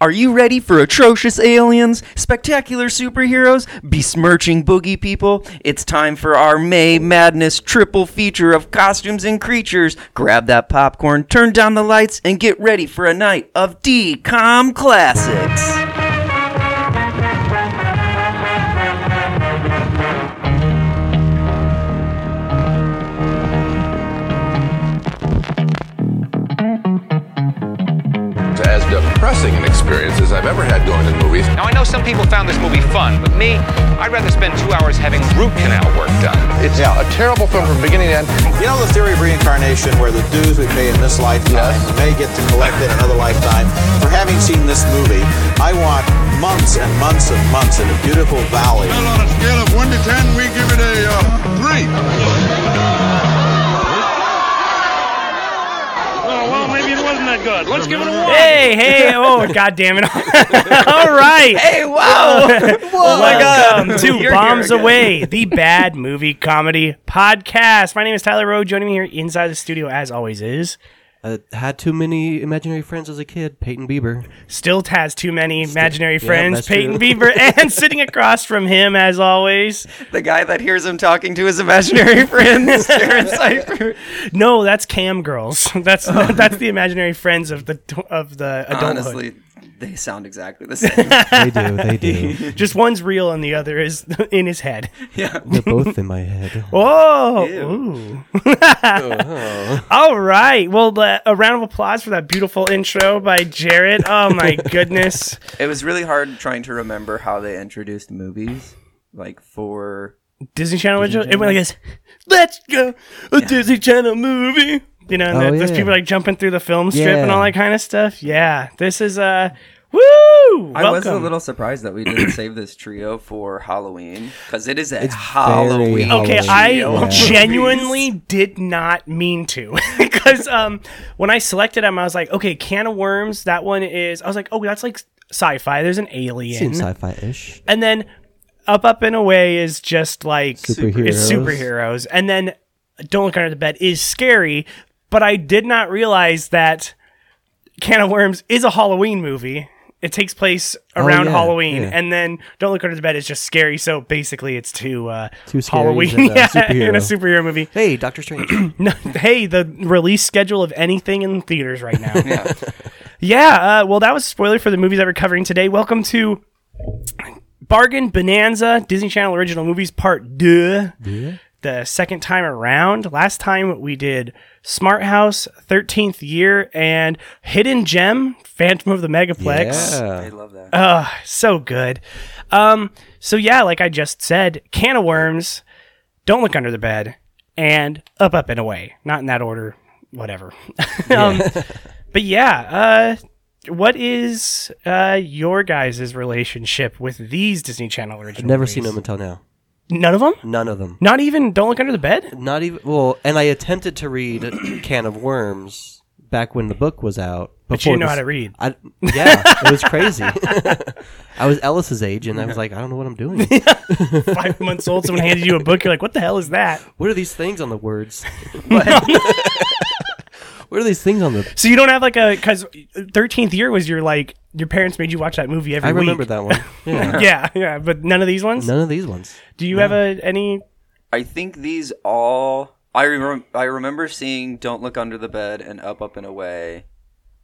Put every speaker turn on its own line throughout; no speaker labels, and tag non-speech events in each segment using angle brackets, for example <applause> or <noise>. Are you ready for atrocious aliens, spectacular superheroes, besmirching boogie people? It's time for our May Madness triple feature of costumes and creatures. Grab that popcorn, turn down the lights, and get ready for a night of DCOM classics.
as depressing an experience as I've ever had going to movies.
Now, I know some people found this movie fun, but me, I'd rather spend two hours having root canal work done.
It's yeah, a terrible film from beginning to end.
You know the theory of reincarnation where the dues we pay in this lifetime
Yes.
may get to collect in another lifetime? For having seen this movie, I want months and months and months in a beautiful valley.
Well, on a scale of one to ten, we give it a uh, three.
Oh, well, maybe it wasn't that good. Let's give it a one.
Hey,
<laughs>
hey, oh, god damn it. <laughs> All right. <laughs>
Hey, wow! oh
Welcome to Bombs Away, the bad movie comedy podcast. My name is Tyler Rowe. Joining me here inside the studio, as always, is
I had too many imaginary friends as a kid. Peyton Bieber.
still has too many imaginary
yeah,
friends,
that's
Peyton
true. <laughs>
Bieber, and sitting across from him, as always.
The guy that hears him talking to his imaginary <laughs>
<laughs>
friends, Jared Cypher.
No, that's cam girls. <laughs> That's
Oh.
that's the imaginary friends of the of the adulthood.
Honestly, they sound exactly the same. <laughs>
They do. They
<laughs>
do.
Just one's real and the other is <laughs> in his head.
yeah.
They're both in my head.
Oh,
Ew.
ooh. <laughs> all right. Well, uh, a round of applause for that beautiful intro by Jared. Oh my goodness,
It was really hard trying to remember how they introduced movies. Like for
Disney Channel intro. It went like this. Let's go a Disney Channel movie. You know, and
Oh,
there- there's
yeah.
people like jumping through the film strip and
Yeah.
all that kind of stuff. Yeah, this is uh, woo.
I was a
Welcome.
little surprised that we
<clears throat>
didn't save this trio for Halloween because it is a
It's very
Halloween.
Halloween.
Okay,
Halloween.
<laughs>
I
<laughs> Yeah.
genuinely did not mean to <laughs> because um, when I selected them, I was like, okay, can of worms. That one is. I was like, oh, that's like sci-fi. There's an alien,
Seems sci-fi ish.
and then up, up and away is just like
Superheroes.
It's superheroes, and then don't look under the bed is scary. But I did not realize that can of worms is a Halloween movie. It takes place around
Oh, yeah,
Halloween,
yeah.
and then Don't Look Under the Bed is just scary. So basically, it's two uh,
Two scaries
Halloween
and a
<laughs> yeah,
superhero.
and a superhero movie.
Hey, Doctor Strange.
<clears throat> No, hey, the release schedule of anything in theaters right now.
Yeah.
yeah, uh, well, that was a spoiler for the movies that we're covering today. Welcome to Bargain Bonanza, Disney Channel Original Movies Part 2. The second time around. Last time we did Smart House, 13th Year, and Hidden Gem, Phantom of the Megaplex
I
Yeah.
love that.
so good. Um, so yeah, like I just said, can of worms, don't look under the bed, and up, up and away. Not in that order, whatever. <laughs> um, but yeah, uh, what is uh, your guys' relationship with these Disney Channel original?
Never
movies?
seen them Mm. until now.
None of them.
None of them.
Not even don't look under the
<laughs>
bed.
Not even. Well, and I attempted to read <clears throat> Can of Worms back when the book was out. But
you didn't know how to read.
I, yeah, it was crazy. <laughs> I was Ellis's age, and I was like, I don't know what I'm
<laughs>
doing.
Five months old. Someone handed you a book. You're like, what the hell is that?
What are these things on the
<laughs>
words? <laughs> what are these things on the?
So you don't have like a because thirteenth year was your like your parents made you watch that movie every
I
week.
remember that
<laughs>
one. Yeah.
yeah, yeah, but none of these ones.
None of these ones.
Do you have a any?
I think these all. I remember. I remember seeing "Don't Look Under the Bed" and "Up, Up and Away."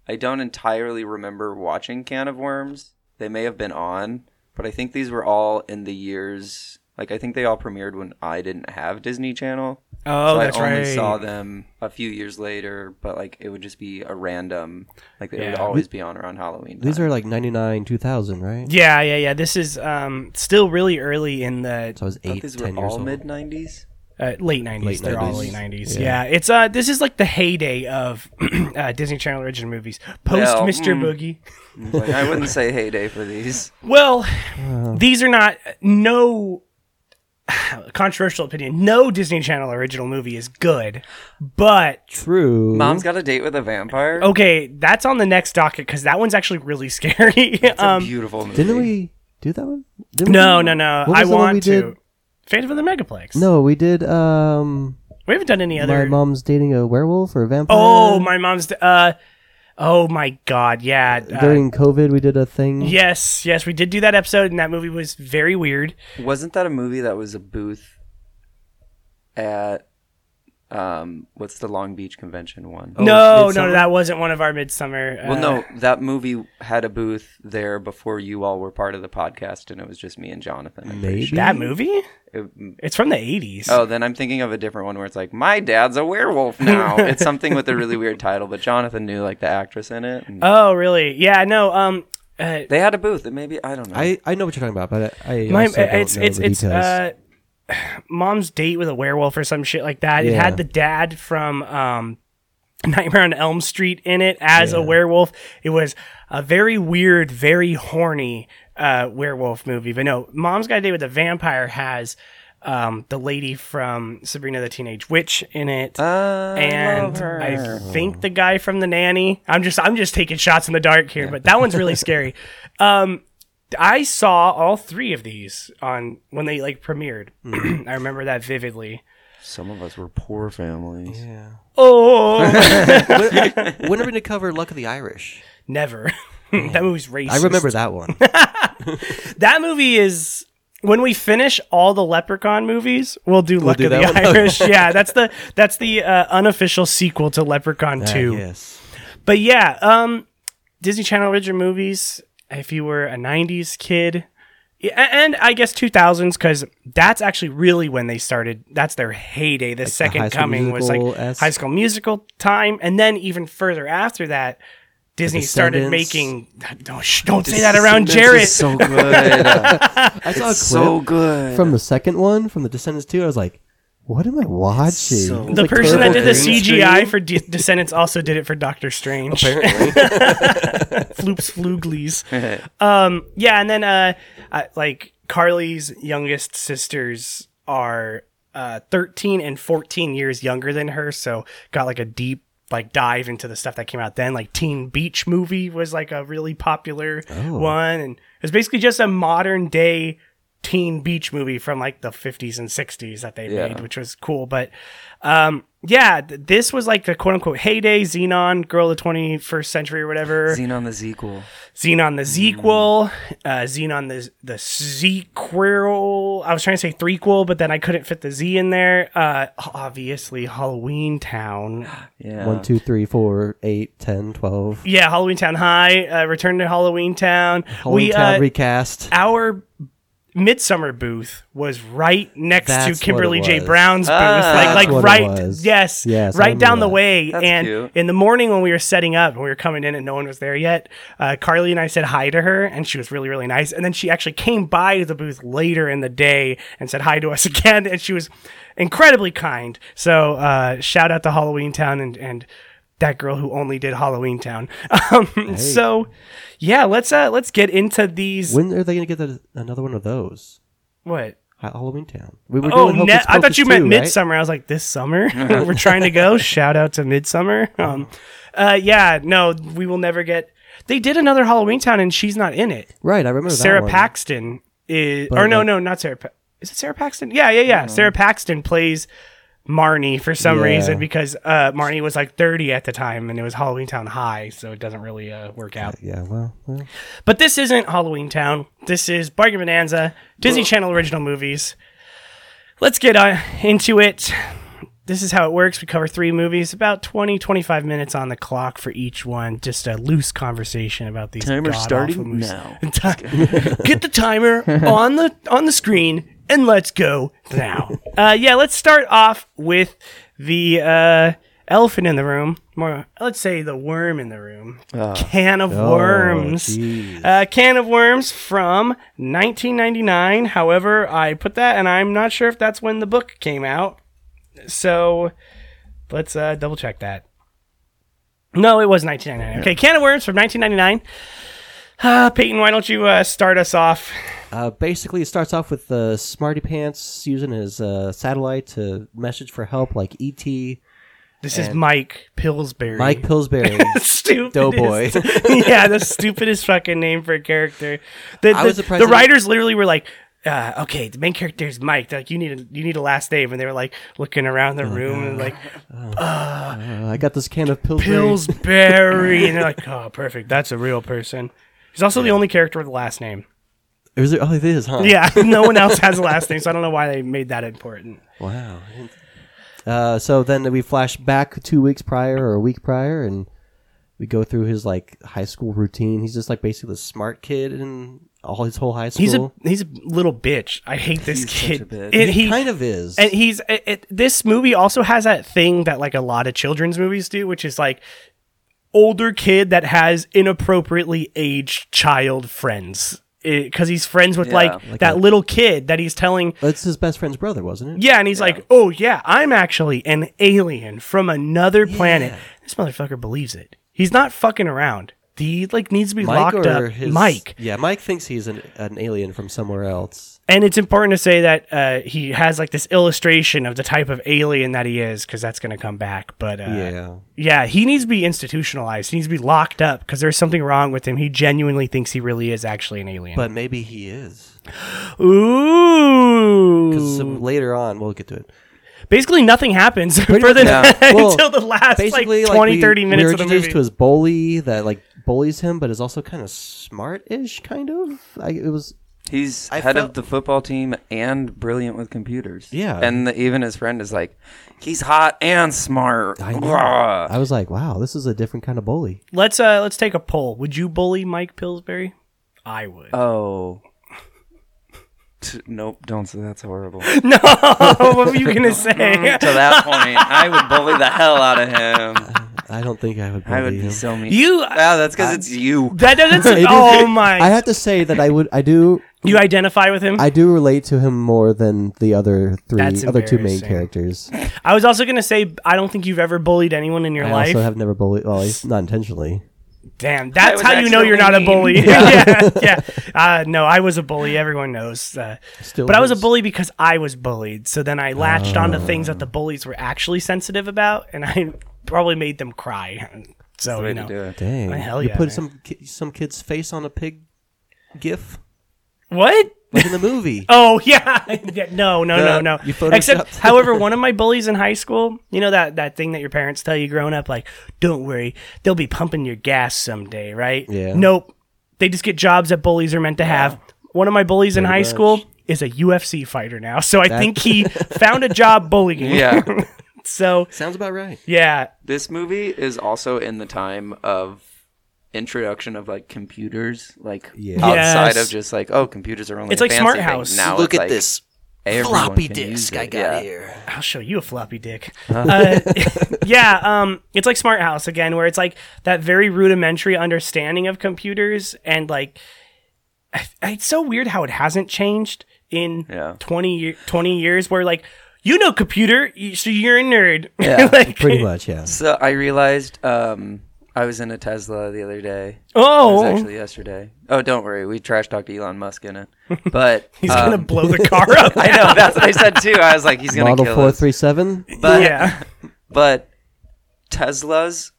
I don't entirely remember watching "Can of Worms." They may have been on, but I think these were all in the years. Like I think they all premiered when I didn't have Disney Channel.
Oh,
so
that's
I only
right.
saw them a few years later, but like it would just be a random. Like it
Yeah.
would always be on around Halloween.
These
time.
are like 99, 2000, right?
Uh, Yeah, yeah, yeah. This is um still really early in the
So I was
I thought
eight,
these
ten
were
years
all
old.
mid '90s.
uh, late nineties.
Late
They're all
90s.
late nineties. Yeah.
Yeah.
it's uh this is like the heyday of <clears throat> uh, Disney Channel original movies. Post
Well,
Mister
mm.
Boogie.
Like, I wouldn't say heyday for these.
Well, these are not no <sighs> controversial opinion. No Disney Channel original movie is good, but
True.
Mom's got a date with a vampire.
okay, that's on the next docket because that one's actually really <laughs> scary.
It's a
um,
beautiful movie.
Didn't we do that one? Didn't we
no,
do
no,
that
no.
one? What
I
was the one we
want to.
did?
Phantom of the Megaplex.
No, we did. Um,
we haven't done any
my
other.
mom's dating a werewolf or a vampire.
Oh, my mom's. Uh, Oh my god, yeah. uh,
During COVID, we did a thing.
yes, yes, we did do that episode, and that movie was very weird.
Wasn't that a movie that was a booth at um what's the Long Beach convention one? Oh,
no,
Oh, Midsummer?
no, that wasn't one of our midsummer. Uh,
Well, no, that movie had a booth there before you all were part of the podcast, and it was just me and Jonathan. I'm pretty
Maybe.
sure.
that movie.
It-
It's from the eighties.
oh, then I'm thinking of a different one where it's like, "My dad's a
<laughs>
werewolf now." it's something with a really weird title, but Jonathan knew like the actress in it. and
Oh, really? Yeah, no. Um, uh,
they had a booth. It maybe I don't know.
I, I know what you're talking about, but I, I
my,
also don't
it's
know
it's
the
it's
details.
uh, mom's date with a werewolf or some shit like that. It
Yeah.
had the dad from um, Nightmare on Elm Street in it as a werewolf. It was a very weird, very horny uh, werewolf movie. But no, Mom's Got a Date with a Vampire has um, the lady from Sabrina the Teenage Witch in it. and I think the guy from the nanny. I'm just I'm just taking shots in the dark here, but that one's
<laughs>
really scary. Um, I saw all three of these on when they like premiered.
Mm.
<clears throat> I remember that vividly.
Some of us were poor families.
<laughs>
Oh, <laughs>
when are we going to cover Luck of the Irish?
never. <laughs> that movie's racist.
I remember that one.
that movie is when we finish all the Leprechaun movies, we'll do Luck
do
of the
that one? <laughs>
Irish. yeah, that's the that's the uh, unofficial sequel to Leprechaun <laughs> Two.
Uh, yes.
But yeah, um, Disney Channel original movies. If you were a '90s kid, yeah, a- and I guess 2000s, because that's actually really when they started. That's their heyday. The
High
Second
School
Coming was like
Musical-esque.
High School Musical time, and then even further after that, Disney started
Descendants.
making. Don't shh, don't say that around Jared. <laughs>
so good.
I saw a clip
so good.
from the second one, from the Descendants 2. I was like, what am I watching?
so-
It's
the
like
person that
terrible
did the
green
CGI
screen.
for De- Descendants also did it for Doctor Strange.
Apparently.
Floops Fluglies. um, yeah, and then uh, uh, like Carly's youngest sisters are uh, 13 and 14 years younger than her, so got like a deep like dive into the stuff that came out then. Like Teen Beach movie was like a really popular one, and it was basically just a modern day teen beach movie from like the 50s and 60s that they made, which was cool. But um, yeah, th- this was like the quote unquote heyday Xenon, Girl of the 21st Century or whatever.
Xenon the sequel.
Xenon the
Hmm.
sequel, uh, Xenon the the sequel. I was trying to say threequel, but then I couldn't fit the Z in there. Uh, obviously,
<gasps>
Halloween Town.
Yeah.
One, two, three, four, eight, ten, twelve.
Yeah, Halloween Town High. Uh, Return to Halloween Town.
Halloween
we
Town
uh,
recast.
our midsummer booth was right next
That's
to
what
Kimberly
it
J.
was.
Brown's
Ah.
booth, like
what
like
it
right,
was.
yes,
Yes, I
right
remember
down the
that.
way.
That's
and
cute.
in the morning when we were setting up, when we were coming in and no one was there yet, uh, Carly and I said hi to her, and she was really really nice. And then she actually came by to the booth later in the day and said hi to us <laughs> again, and she was incredibly kind. So uh, shout out to Halloween Town and and. That girl who only did Halloween Town. <laughs> Um, So, yeah, let's uh, let's get into these.
When are they going to get the, another one of those?
what?
Ha- Halloween Town. We were
Oh,
doing Hocus
ne- I thought
Pocus
you
2,
meant
right?
Midsummer. I was like, this summer
<laughs>
<laughs> we're trying to go. Shout out to Midsummer.
Oh.
Um, uh, yeah, no, we will never get. They did another Halloween Town, and she's not in it.
Right, I remember that
Sarah
one.
Paxton is, or no,
like- Mm-hmm.
no, not Sarah. Pa- is it Sarah Paxton? Yeah, yeah, yeah. Sarah Paxton plays Marnie for some
Yeah.
reason because uh, Marnie was like 30 at the time, and it was Halloween Town High, so it doesn't really uh, work out.
Yeah, well, well,
But this isn't Halloween Town. This is Bargain Bonanza, Disney Channel original movies. Let's get uh, into it. This is how it works. We cover three movies, about 20, 25 minutes on the clock for each one. Just a loose conversation about these.
Timer
god-awful
starting
movies. <laughs>
now.
get the
<laughs>
timer on the on the screen and let's go now. Uh, yeah, let's start off with the uh, elephant in the room. More, let's say the worm in the room.
Ah.
Can of
Oh,
worms.
jeez.
Uh, Can of Worms from 1999. However, I put that, and I'm not sure if that's when the book came out. So let's uh, double check that. No, it was 1999. Okay, Can of Worms from 1999. Uh, Peyton, why don't you uh, start us off?
Uh, basically, it starts off with uh, Smarty Pants using his uh, satellite to message for help, like ET,
This is Mike Pillsbury. <laughs>
Mike Pillsbury, Uh,
Stupid.
Doughboy.
<laughs>
<laughs>
yeah, the stupidest fucking name for a character. The, the,
I was surprised
the
that-
writers literally were like, uh, okay, the main character is Mike. They're like, you need a you need a last name, and they were like looking around
Oh
the room and
<laughs>
like
Uh, I got this can of Pillsbury.
Pillsbury, and they're
<laughs>
like, oh, perfect. That's a real person. He's also the only character with a last name.
Is there, oh, it is, huh?
Yeah, <laughs> no one else has a last name, so I don't know why they made that important.
Wow. Uh, so then we flash back two weeks prior or a week prior, and we go through his like high school routine. He's just like basically the smart kid in all his whole high school.
He's a he's a little bitch. I hate this
He's such
kid.
a bitch.
And
he,
he-
kind of is.
and he's it, it, this movie also has that thing that like a lot of children's movies do which is like older kid that has inappropriately aged child friends because he's friends with like,
like
that
a-
little kid that he's telling
That's his best friend's brother, wasn't it?
yeah and he's like oh yeah i'm actually an alien from another planet this motherfucker believes it he's not fucking around he like needs to be locked up mike
Yeah, Mike thinks he's an, an alien from somewhere else.
and it's important to say that uh, he has like this illustration of the type of alien that he is because that's going to come back but uh,
Yeah.
yeah he needs to be institutionalized he needs to be locked up because there's something wrong with him he genuinely thinks he really is actually an alien
But maybe he is. Because
ooh
later on, we'll get to it.
basically nothing happens <laughs> for
much-
the,
yeah. Well,
until the last like 20
we-
30 minutes
we were
of the
introduced
movie
to his bully that like bullies him, but is also kind of smart-ish, kind of. I, it was
<laughs> He's
I
head
felt-
of the football team and brilliant with computers.
Yeah.
and the, even his friend is like, he's hot and smart.
I know.
Rah.
I was like, wow, this is a different kind of bully.
let's uh let's take a poll would you bully mike pillsbury i would
Oh. T- nope, don't say that's
<laughs>
horrible. to
no Oh, what were you
<laughs>
gonna say
that point, I would bully the hell out
<laughs>
of him.
I don't think I would bully
I would be
him.
so mean.
<laughs>
you
Ah, that's because it's you.
that doesn't oh my
I have to say that I would. I do.
You identify with him? I,
I do relate to him more than the other three,
That's
other two main
embarrassing.
characters.
was also going to say, I don't think you've ever bullied anyone in your
I
life.
also have never bullied. Well, at least not intentionally.
Damn, that's
was
how you know you're not a
accidentally
bully. <laughs> yeah,
<laughs>
yeah. Uh, no, I was a bully. Everyone knows. Uh,
Still
but I was a
is.
bully because I was bullied. So then I latched onto things that the
Oh.
bullies were actually sensitive about, and I <laughs> probably made them cry. So, you
Way to
know.
do it.
Dang,
Oh, hell
you
yeah,
put
man.
some ki- some kid's face on a pig gif,
What?
like in the movie.
<laughs> Oh yeah, Yeah, no, no,
The-
no, no.
you photoshopped.
Except, however, one of my bullies in high school, you know that that thing that your parents tell you growing up, like, don't worry, they'll be pumping your gas someday, right?
Yeah.
Nope, they just get jobs that bullies are meant to have. One of my bullies in high
much.
school is a UFC fighter now, so I
<laughs>
think he found a job bullying.
Yeah.
<laughs> So
Sounds about right.
yeah,
This movie is also in the time of introduction of like computers, like
Yeah.
outside
Yes.
of just like, oh, computers are only
It's
a
like
fancy
Smart
thing.
House.
Now it's like everyone can use it. Yeah.
here.
I'll show you a floppy dick. Uh, <laughs> yeah, um, it's like Smart House again, where it's like that very rudimentary understanding of computers, and like I- it's so weird how it hasn't changed in
Yeah.
20, year, 20 years, where like you know computer, you- so you're a nerd. <laughs>
Yeah,
Like,
Pretty much, yeah.
So I realized um, I was in a Tesla the other day. It was
Oh,
actually yesterday. Oh, don't worry, we trash talked Elon Musk in it, but
he's
um,
gonna blow
<laughs>
the car up.
I know <laughs> that's what I said too. I was like, he's gonna
Model
kill
four
us.
three seven.
But
yeah,
but Teslas,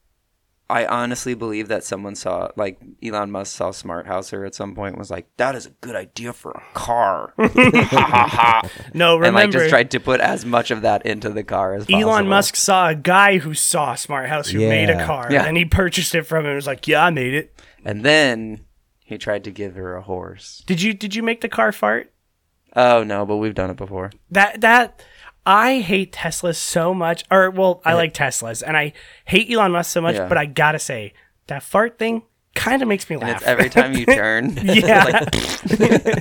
I honestly believe that someone saw like Elon Musk saw Smart Houser at some point and was like, that is a good idea for a car,
no, remember.
and like just tried to put as much of that into the car as possible.
Elon Musk saw a guy who saw Smart House who made a
Yeah.
car,
Yeah.
and he purchased it from him. and was like, "Yeah, I made it."
and then he tried to give her a horse.
Did you did you make the car fart?
Oh no, but we've done it before.
That that I hate Teslas so much. Or well, I like Teslas and I hate Elon Musk so much,
Yeah.
but I gotta say, that fart thing kinda makes me laugh.
It's every time you turn, <laughs>
yeah.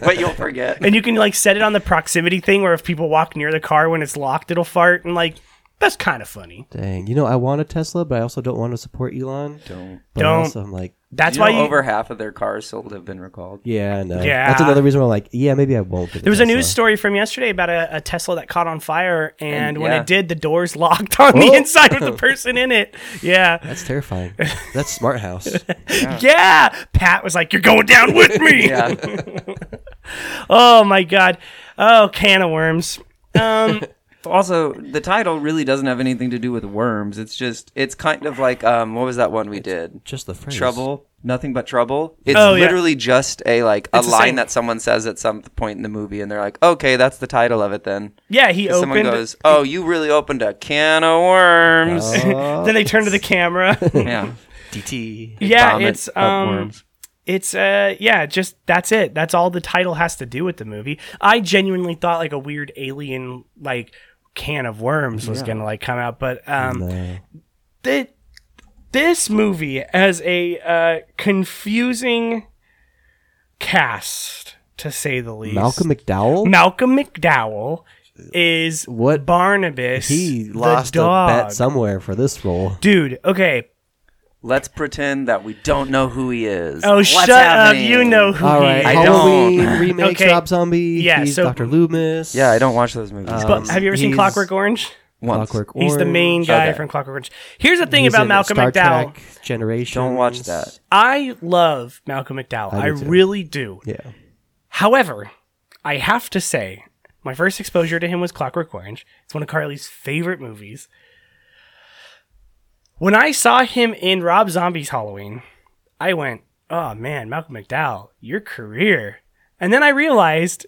but you'll forget.
<laughs> and you can like set it on the proximity thing where if people walk near the car when it's locked, it'll fart and like that's kind of funny.
<laughs> Dang, you know I want a Tesla, but I also don't want to support Elon. Don't. But
Don't.
Also, I'm like,
That's
you
why
know
you,
over half of their cars sold have been recalled.
yeah, no.
Yeah.
That's another reason why, I'm like, yeah, maybe I won't.
there was a news story from yesterday about a, a Tesla that caught on fire, and,
And,
when
yeah. Oh.
it did, the doors <laughs> locked on the
Whoa.
inside
<laughs>
with the person in it. Yeah,
That's
<laughs>
terrifying. That's smart house.
yeah. Pat was like, "You're going down with me."
<laughs> Yeah,
<laughs> Oh my god. Oh, can of worms.
Also, the title really doesn't have anything to do with worms. It's just it's kind of like um what was that one we did?
Just the phrase.
Trouble Nothing but trouble. It's
Oh, yeah.
literally just a like a
It's the
line
same.
that someone says at some point in the movie, and they're like, "Okay, that's the title of it." Then
Yeah, he
someone
opened.
goes, "Oh, you really opened a can of worms."
<laughs> Oh. then they turn to the
<laughs>
camera. <laughs>
Yeah,
DT.
yeah,
Vomit
it's
of
um,
worms.
it's uh, yeah, just that's it. That's all the title has to do with the movie. I genuinely thought like a weird alien like can of worms was gonna like come out, but um, thi- this movie has a uh confusing cast to say the least.
Malcolm McDowell.
Malcolm McDowell is
What-
Barnabas.
he
the
lost a
dog.
bet somewhere for this role.
Dude, okay.
Let's pretend that we don't know who he is.
Oh,
What's
shut
happening? Uh,
up. You know who
All right,
he is.
I don't.
Halloween remakes,
Okay.
Rob Zombie.
Yeah,
he's
so-
Doctor Loomis.
Yeah, I don't watch those movies.
But have you ever seen
he's-
Clockwork Orange?
Once.
Clockwork
He's the main
Orange.
guy
Okay.
from Clockwork Orange. Here's the thing
He's
about
in
Malcolm
Star
McDowell.
Trek, Generation.
Don't watch that.
I love Malcolm McDowell. I,
I do too.
really do.
Yeah.
However, I have to say, my first exposure to him was Clockwork Orange. It's one of Carly's favorite movies. When I saw him in Rob Zombie's Halloween, I went, oh man, Malcolm McDowell, your career. And then I realized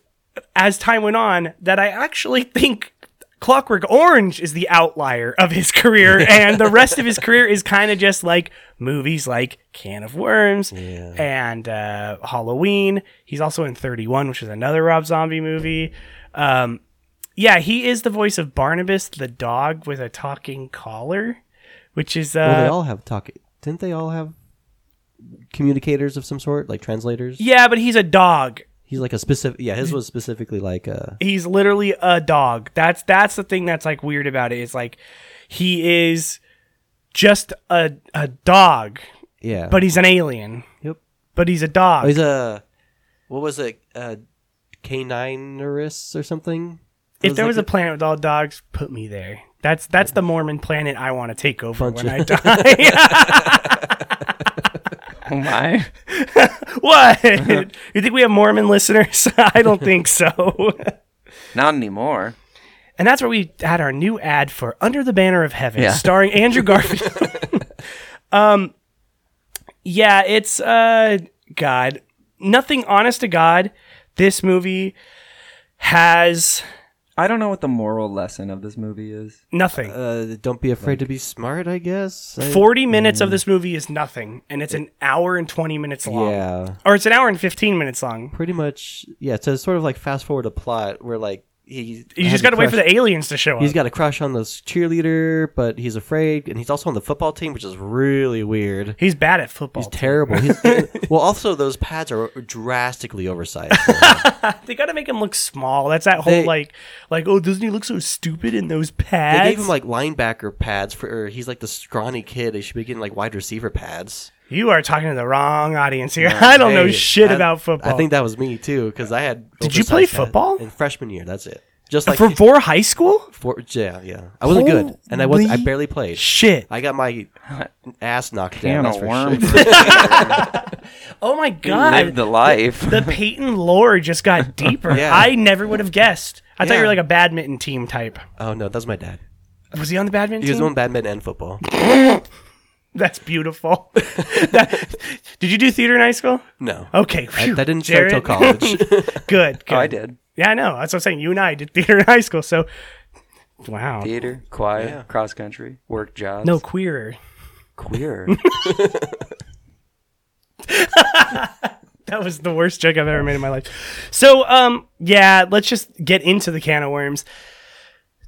as time went on that I actually <laughs> think Clockwork Orange is the outlier of
<laughs>
his career, and the rest of his career is kind of just like movies like Can of Worms and uh, Halloween. He's also in 31, which is another Rob Zombie movie. Um, yeah, he is the voice of Barnabas the dog with a talking collar, which is. Uh,
Well, they all have talk. Didn't they all have communicators of some sort, like translators?
yeah, Mm-hmm. but he's a dog.
He's like a specific. Yeah, his was specifically like a.
he's literally a dog. That's that's the thing that's like weird about it. Is like he is just a a dog,
Yeah,
but he's an alien.
Yep.
But he's a dog.
Oh, he's a. What was it? A caninerist or something?
if there
like
was a planet with all dogs, put me there. That's that's the Mormon planet I want to take over
Bunch
when I
of-
die.
<laughs>
<laughs>
Oh my!
<laughs>
what? you think we have Mormon listeners? <laughs> I don't think
<laughs>
so.
Not anymore.
And that's where we had our new ad for Under the Banner of Heaven,
Yeah.
starring Andrew Garfield. um,
<laughs>
yeah, it's uh, God. Nothing. Honest to God, this movie has
I don't know what the moral lesson of this movie is.
nothing.
Uh, don't be afraid to be smart. I guess. I-
Forty minutes
mm.
of this movie is nothing, and it's an hour and twenty minutes long,
yeah.
or it's an hour and fifteen minutes long.
Pretty much. Yeah. To sort of like fast forward a plot where like he.
You just got to wait for the aliens to show up.
He's got a crush on this cheerleader, but he's afraid, and he's also on the football team, which is really weird.
He's bad at football.
He's terrible.
<laughs>
He's, well, also those pads are drastically
<laughs>
oversized. for him.
they got to make him look small. That's that whole
They-
like, like oh, doesn't he look so stupid in those pads?
They gave him like linebacker pads for. Or he's like the scrawny kid. They should be getting like wide receiver pads.
You are talking to the wrong audience here. <laughs> I don't know
Hey,
shit
I-
about football.
I think that was me too because I had.
Did you play
oversized pad
football?
in freshman year? That's it. Just like
for for high school.
four- yeah, yeah. I wasn't good, and I was I
Holy
barely played.
Shit!
I got
<laughs>
my ass knocked down.
Can
That's
of
for
worms.
sure.
Oh my
Live
god!
<laughs>
the life.
The Peyton lore just got deeper.
Yeah.
I never would have guessed. I thought you
Yeah.
were like a badminton team type.
Oh no, that's my dad.
Was he on the badminton?
He was
team?
on badminton and football.
That's beautiful.
<laughs>
<laughs> That- did you do theater in high school?
No,
Okay,
I,
phew,
that didn't
Jared.
start till college.
<laughs>
Oh,
good, good.
Oh, I did
Yeah, I know. That's what I'm saying. You and I did theater in high school. So, wow.
<laughs> theater, choir, cross country, work jobs.
No queerer. <laughs>
queer.
That was the worst joke I've ever made in my life. So, um, yeah, let's just get into the can of worms.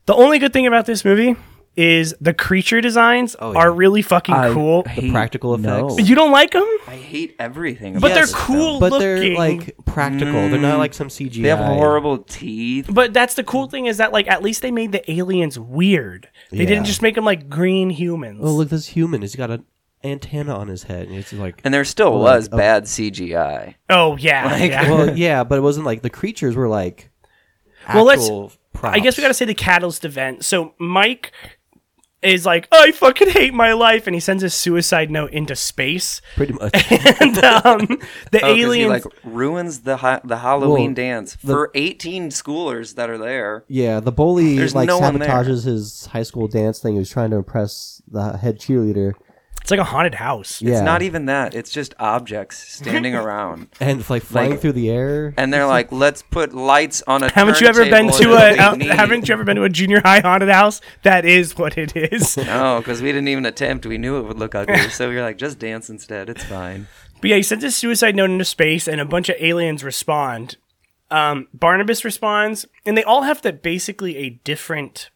The only good thing about this movie is the creature designs
yeah.
are really fucking cool.
hate-
practical
no.
effects.
You don't like them,
I hate everything.
but
about
Yes,
this
they're
film.
<laughs>
cool
but
looking.
they're like practical. They're not like some CGI.
They have horrible teeth.
but that's the cool thing is that like at least they made the aliens weird. They
Yeah.
didn't just make them like green humans.
Oh look, this human. He's got an antenna on his head, and it's like.
And there still
Like,
was bad CGI.
oh yeah, yeah. Well,
<laughs> well, yeah, but it wasn't like the creatures were like.
Well, let's-
actual Props.
I guess we got to say the catalyst event. So Mike is like, I fucking hate my life, and he sends his suicide note into space. <laughs>
pretty much.
and um, the
Oh, 'cause
aliens.
he like ruins the ha- the Halloween
Well,
dance for 18 schoolers that are there.
yeah, the bully
There's
like
no one there.
sabotages his high school dance thing. He was trying to impress the head cheerleader,
It's like a haunted house.
yeah,
It's not even that. It's just objects
<laughs>
standing around.
and like flying
like-
through the air.
And they're like, let's put lights on a.
Haven't you ever been to
turntable
a?
that
Uh,
we need."
haven't you ever been to a junior high haunted house? That is what it
<laughs>
is.
No, because we didn't even attempt. We knew it would look ugly, so we were like, just dance instead. <laughs> It's fine.
But yeah, he sends a suicide note into space, and a bunch of aliens respond. Um, Barnabas responds, and they all have to basically a different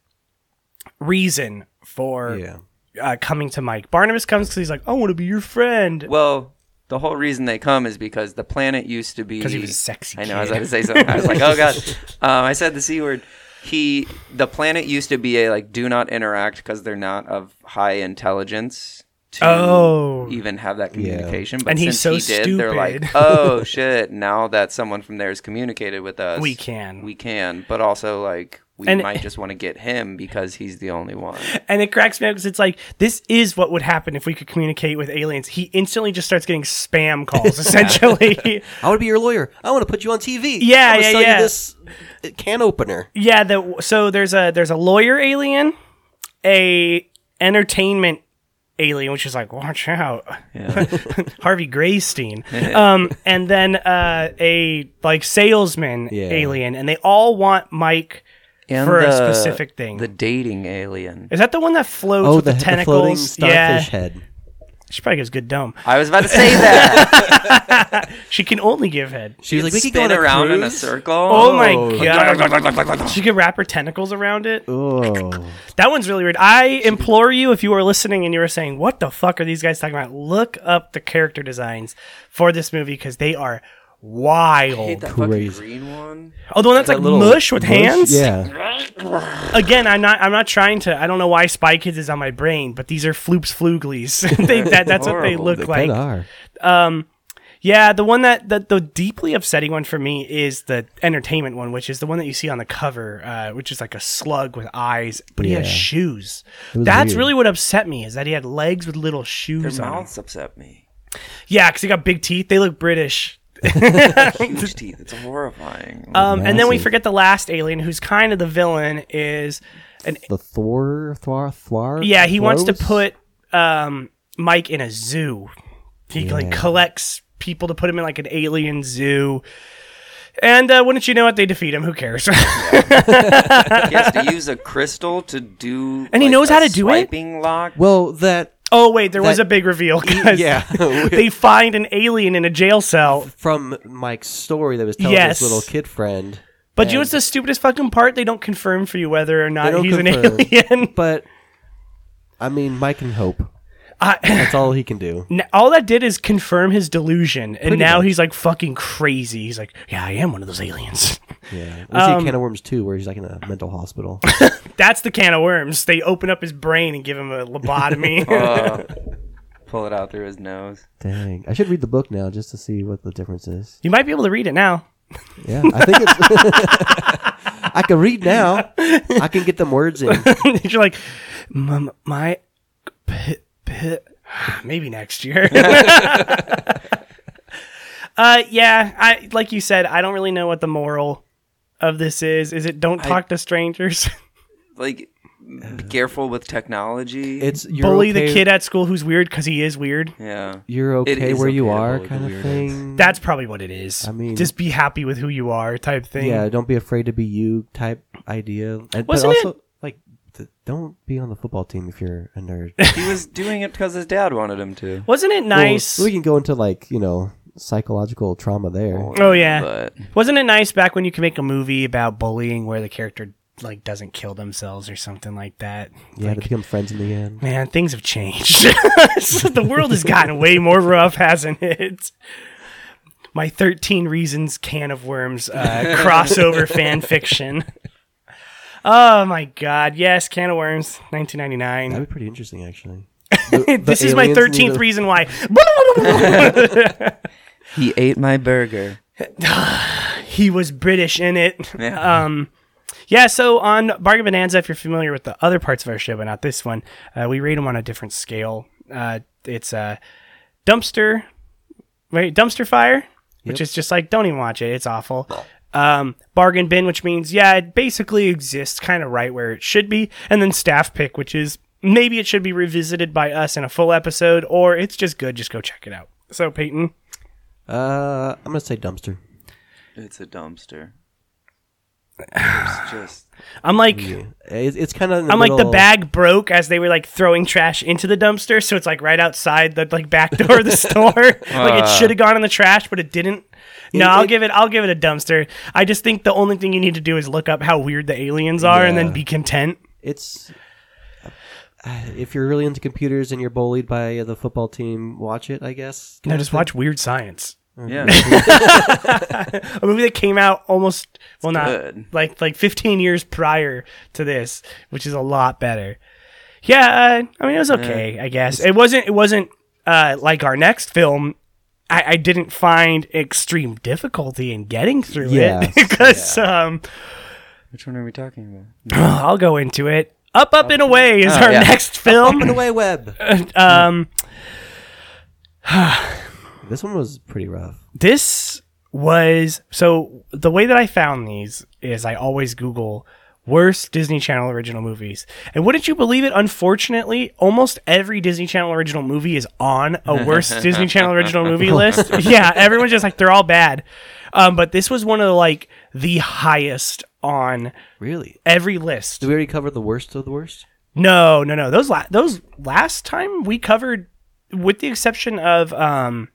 reason for
yeah,
uh, coming to Mike. Barnabas comes because he's like, "I want to be your friend."
Well, the whole reason they come is because the planet used to be.
'Cause he was a sexy
I know. I was
kid.
about to say something. I was like,
<laughs>
oh god. Um, I said the c word. He, the planet used to be a like do not interact because they're not of high intelligence to
Oh.
even have that communication. But
And he's
since
so
he did, they're like,
stupid. <laughs>
oh shit. Now that someone from there has communicated with us,
We can.
we can. But also like. We
And-
might just want to get him because he's the only one.
and it cracks me up because it's like this is what would happen if we could communicate with aliens. He instantly just starts getting
<laughs>
spam calls, essentially.
I want to be your lawyer. I want to put you on TV. I
Yeah,
wanna
yeah,
sell
yeah.
You this uh, can opener.
yeah, the, so there's a there's a lawyer alien, a entertainment alien, which is like watch out, <laughs>
<laughs>
Harvey Graystein, um, and then uh, a like salesman
Yeah.
alien, and they all want Mike.
And
For a specific thing.
The dating alien.
Is that the one that floats
Oh,
with
the,
the,
the floating
tentacles?
starfish
yeah,
head.
she probably gives good dome.
I was about to say that.
<laughs> She can only give head.
She was like, we could go
spin
on a
around in a
cruise.
circle.
Oh, my god! she could wrap her tentacles around it.
<laughs> Oh,
That one's really weird. I implore you, if you were listening and you were saying, "What the fuck are these guys talking about?" Look up the character designs for this movie because they are wild.
that
Crazy.
green one.
Oh, the one that's like
That little
mush with hands.
Yeah,
Again, I'm not. I'm not trying to. I don't know why Spy Kids is on my brain, but these are floops fluglies. <laughs> they, that, that's what they
Horrible.
look
they
like.
are.
Yeah, the one that, that the deeply upsetting one for me is the entertainment one, which is the one that you see on the cover, uh, which is like a slug with eyes, but he has
Yeah.
shoes.
was
That's
weird.
really what upset me is that he had legs with little
Their
shoes on. him.
mouths upset me.
Yeah, because he got big teeth. They look British. <laughs>
Huge teeth. It's horrifying.
Um, and then we
Massive.
forget the last alien, who's kind of the villain, is
The Thor, Thor, Thor.
yeah, he wants to
Throws?
put um, Mike in a zoo. He like collects people to put him in like an alien zoo. And uh, wouldn't you know it, they defeat him. Who cares? <laughs>
he has to use a crystal to do.
And he
like,
knows
a
how to do it?
Swiping lock.
Well, that
Oh wait, there was
That-
a big
<laughs>
reveal. guys.
yeah.
<laughs> they find an alien in a jail cell.
from Mike's story that was telling
Yes.
his little kid friend.
But you know what's the stupidest fucking part? They don't confirm for you whether or
They
not
don't
he's
confirm.
an alien. <laughs>
But I mean, Mike can hope.
I,
That's all he can do.
<laughs> n- all that did is confirm his delusion, and
Pretty
now
much.
he's like fucking crazy. He's like, yeah, I am one of those aliens. <laughs>
Yeah, we
Um,
see a can of worms too, where he's like in a mental
<laughs>
hospital.
That's the can of worms. They open up his brain and give him
<laughs>
a lobotomy. <laughs>
Uh, pull it out through his nose.
Dang, I should read the book now just to see what the difference is.
you might be able to read it now.
Yeah, I think it's. <laughs> I can read now. I can get them words in.
<laughs> You're like, "Mum, my, p- p- <sighs> maybe
<laughs>
next year. <laughs> uh, yeah, I like you said, I don't really know what the moral of this is. Is it don't talk to strangers? <laughs>
Like, be careful with technology.
It's you're
Bully
okay- Mm-hmm.
the kid at school who's weird because he is weird.
yeah.
You're
It
okay
is
where you
okay to
are,
bully the
kind of
weirdos.
thing.
That's probably what it is.
I mean-
just be happy with who you are, type thing.
yeah. Don't be afraid to be you type idea. And, but
Wasn't it-
also like, th- don't be on the football team if you're a
<laughs>
nerd.
He was doing it because his dad wanted him to.
Wasn't it
Well,
nice?
we can go into like you know psychological trauma there.
Oh, yeah.
But
Wasn't it nice back when you could make a movie about bullying where the character like doesn't kill themselves or something like that?
yeah, to become friends in the
<laughs>
end.
Man, things have changed. <laughs> the world has gotten way more rough, hasn't it? My 13 Reasons can of worms uh,
<laughs>
crossover fan fiction. Oh my god. Yes, can of worms, 1999.
That'd be pretty interesting, actually.
<laughs> This is my
aliens
13th
need to-
reason why. <laughs>
he ate my burger.
he was British in it.
Yeah.
um, Yeah, so on Bargain Bonanza, if you're familiar with the other parts of our show, but not this one, uh, we rate them on a different scale. Uh, it's uh, dumpster, right? Dumpster fire, which is just like don't even watch it; it's awful. Um, bargain bin, which means yeah, it basically exists kind of right where it should be, and then staff pick, which is maybe it should be revisited by us in a full episode, or it's just good. Just go check it out. So, Peyton,
Uh, I'm gonna say dumpster.
It's a
<sighs>
dumpster. It's just
I'm like,
It's, it's kind of.
I'm like the bag broke as they were like throwing trash into the dumpster, so it's like right outside the like back door of the <laughs> store. like it should have gone in the trash, but it didn't. No, I'll
Uh. it-
give it. I'll give it a dumpster. I just think the only thing you need to do is look up how weird the aliens are, and then
Yeah.
be content.
It's. uh, If you're really into computers and you're bullied by the football team, watch it. I guess.
No, just watch Weird Science,
<laughs> yeah.
a movie that came out almost well, not
good.
like like 15 years prior to this, which is a lot better. Yeah, uh, I mean it was okay, I guess. It wasn't it wasn't uh, like our next film. I, I didn't find extreme difficulty in getting through
Yes,
it <laughs> because um,
Which one are we talking about?
I'll go into it. Up, up, Oh, and away is our
yeah.
next film.
Open away, web.
<laughs> Um,
this one was pretty rough.
this was so the way that I found these is I always Google worst Disney Channel original movies. And wouldn't you believe it? Unfortunately, almost every Disney Channel original movie is on a worst Disney Channel original movie list. Yeah, everyone's just like, they're all bad. Um, but this was one of the, like the highest on
Really?
every list.
Did we already cover the worst of the worst?
No, no, no. Those la- those last time we covered, with the exception of um,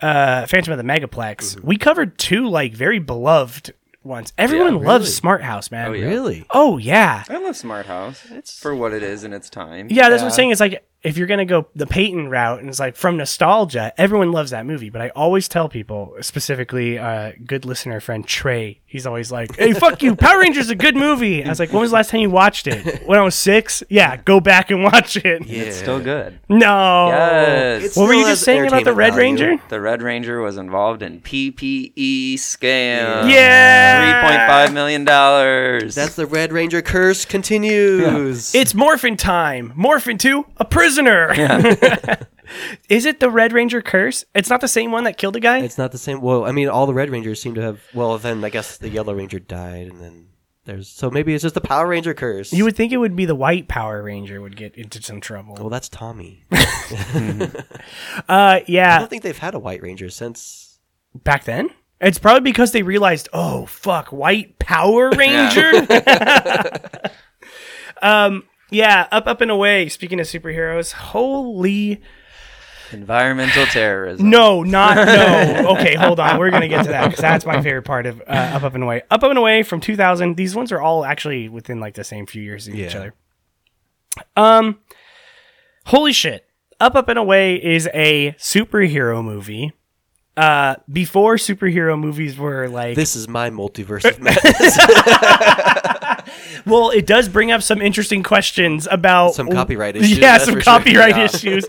uh, Phantom of the Megaplex, we covered two like very beloved ones. Everyone loves Smart House, man. Oh yeah.
Really?
I love Smart House. It's for what it is in its time.
Yeah, that's what I'm saying. It's like if you're gonna go the Peyton route, and it's like from nostalgia, everyone loves that movie. But I always tell people, specifically, uh, good listener friend Trey, he's always like, "Hey, fuck you, Power Rangers is a good movie." I was like, "When was the last time you watched it?" When I was six. Yeah, go back and watch it.
It's still good.
No.
Yes.
It's-
What were you
Still
just
has
saying about the
entertainment
Red
value.
Ranger?
the Red Ranger was involved in E PPE scam.
Yeah.
$3.5 million. That's
That's the Red Ranger curse continues.
It's Morphin time. Morphin to a prisoner. <laughs> Is it the Red Ranger curse? It's not the same one that killed a guy?
It's not the same. Well, I mean, all the Red Rangers seem to have. Well, then I guess the Yellow Ranger died, and then there's. So maybe it's just the Power Ranger curse.
you would think it would be the white Power Ranger would get into some trouble.
Well, that's Tommy.
Uh,
I
yeah.
don't think they've had a White Ranger since.
Back then? It's probably because they realized, oh, fuck, white Power Ranger?
<laughs>
<laughs> um, yeah, up, up, and away. Speaking of superheroes, holy <sighs>
environmental terrorism.
No, not no. Okay, hold on. We're gonna get to that because that's my favorite part of uh, Up Up and Away. Up Up and Away from 2000. These ones are all actually within like the same few years of each
Yeah.
other. Um, holy shit! Up Up and Away is a superhero movie. Uh, before superhero movies were like
This is my multiverse of madness.
Well, it does bring up some interesting questions about
Some copyright issues,
<laughs> Yeah,
that's
some
for sure.
copyright
Yeah.
issues,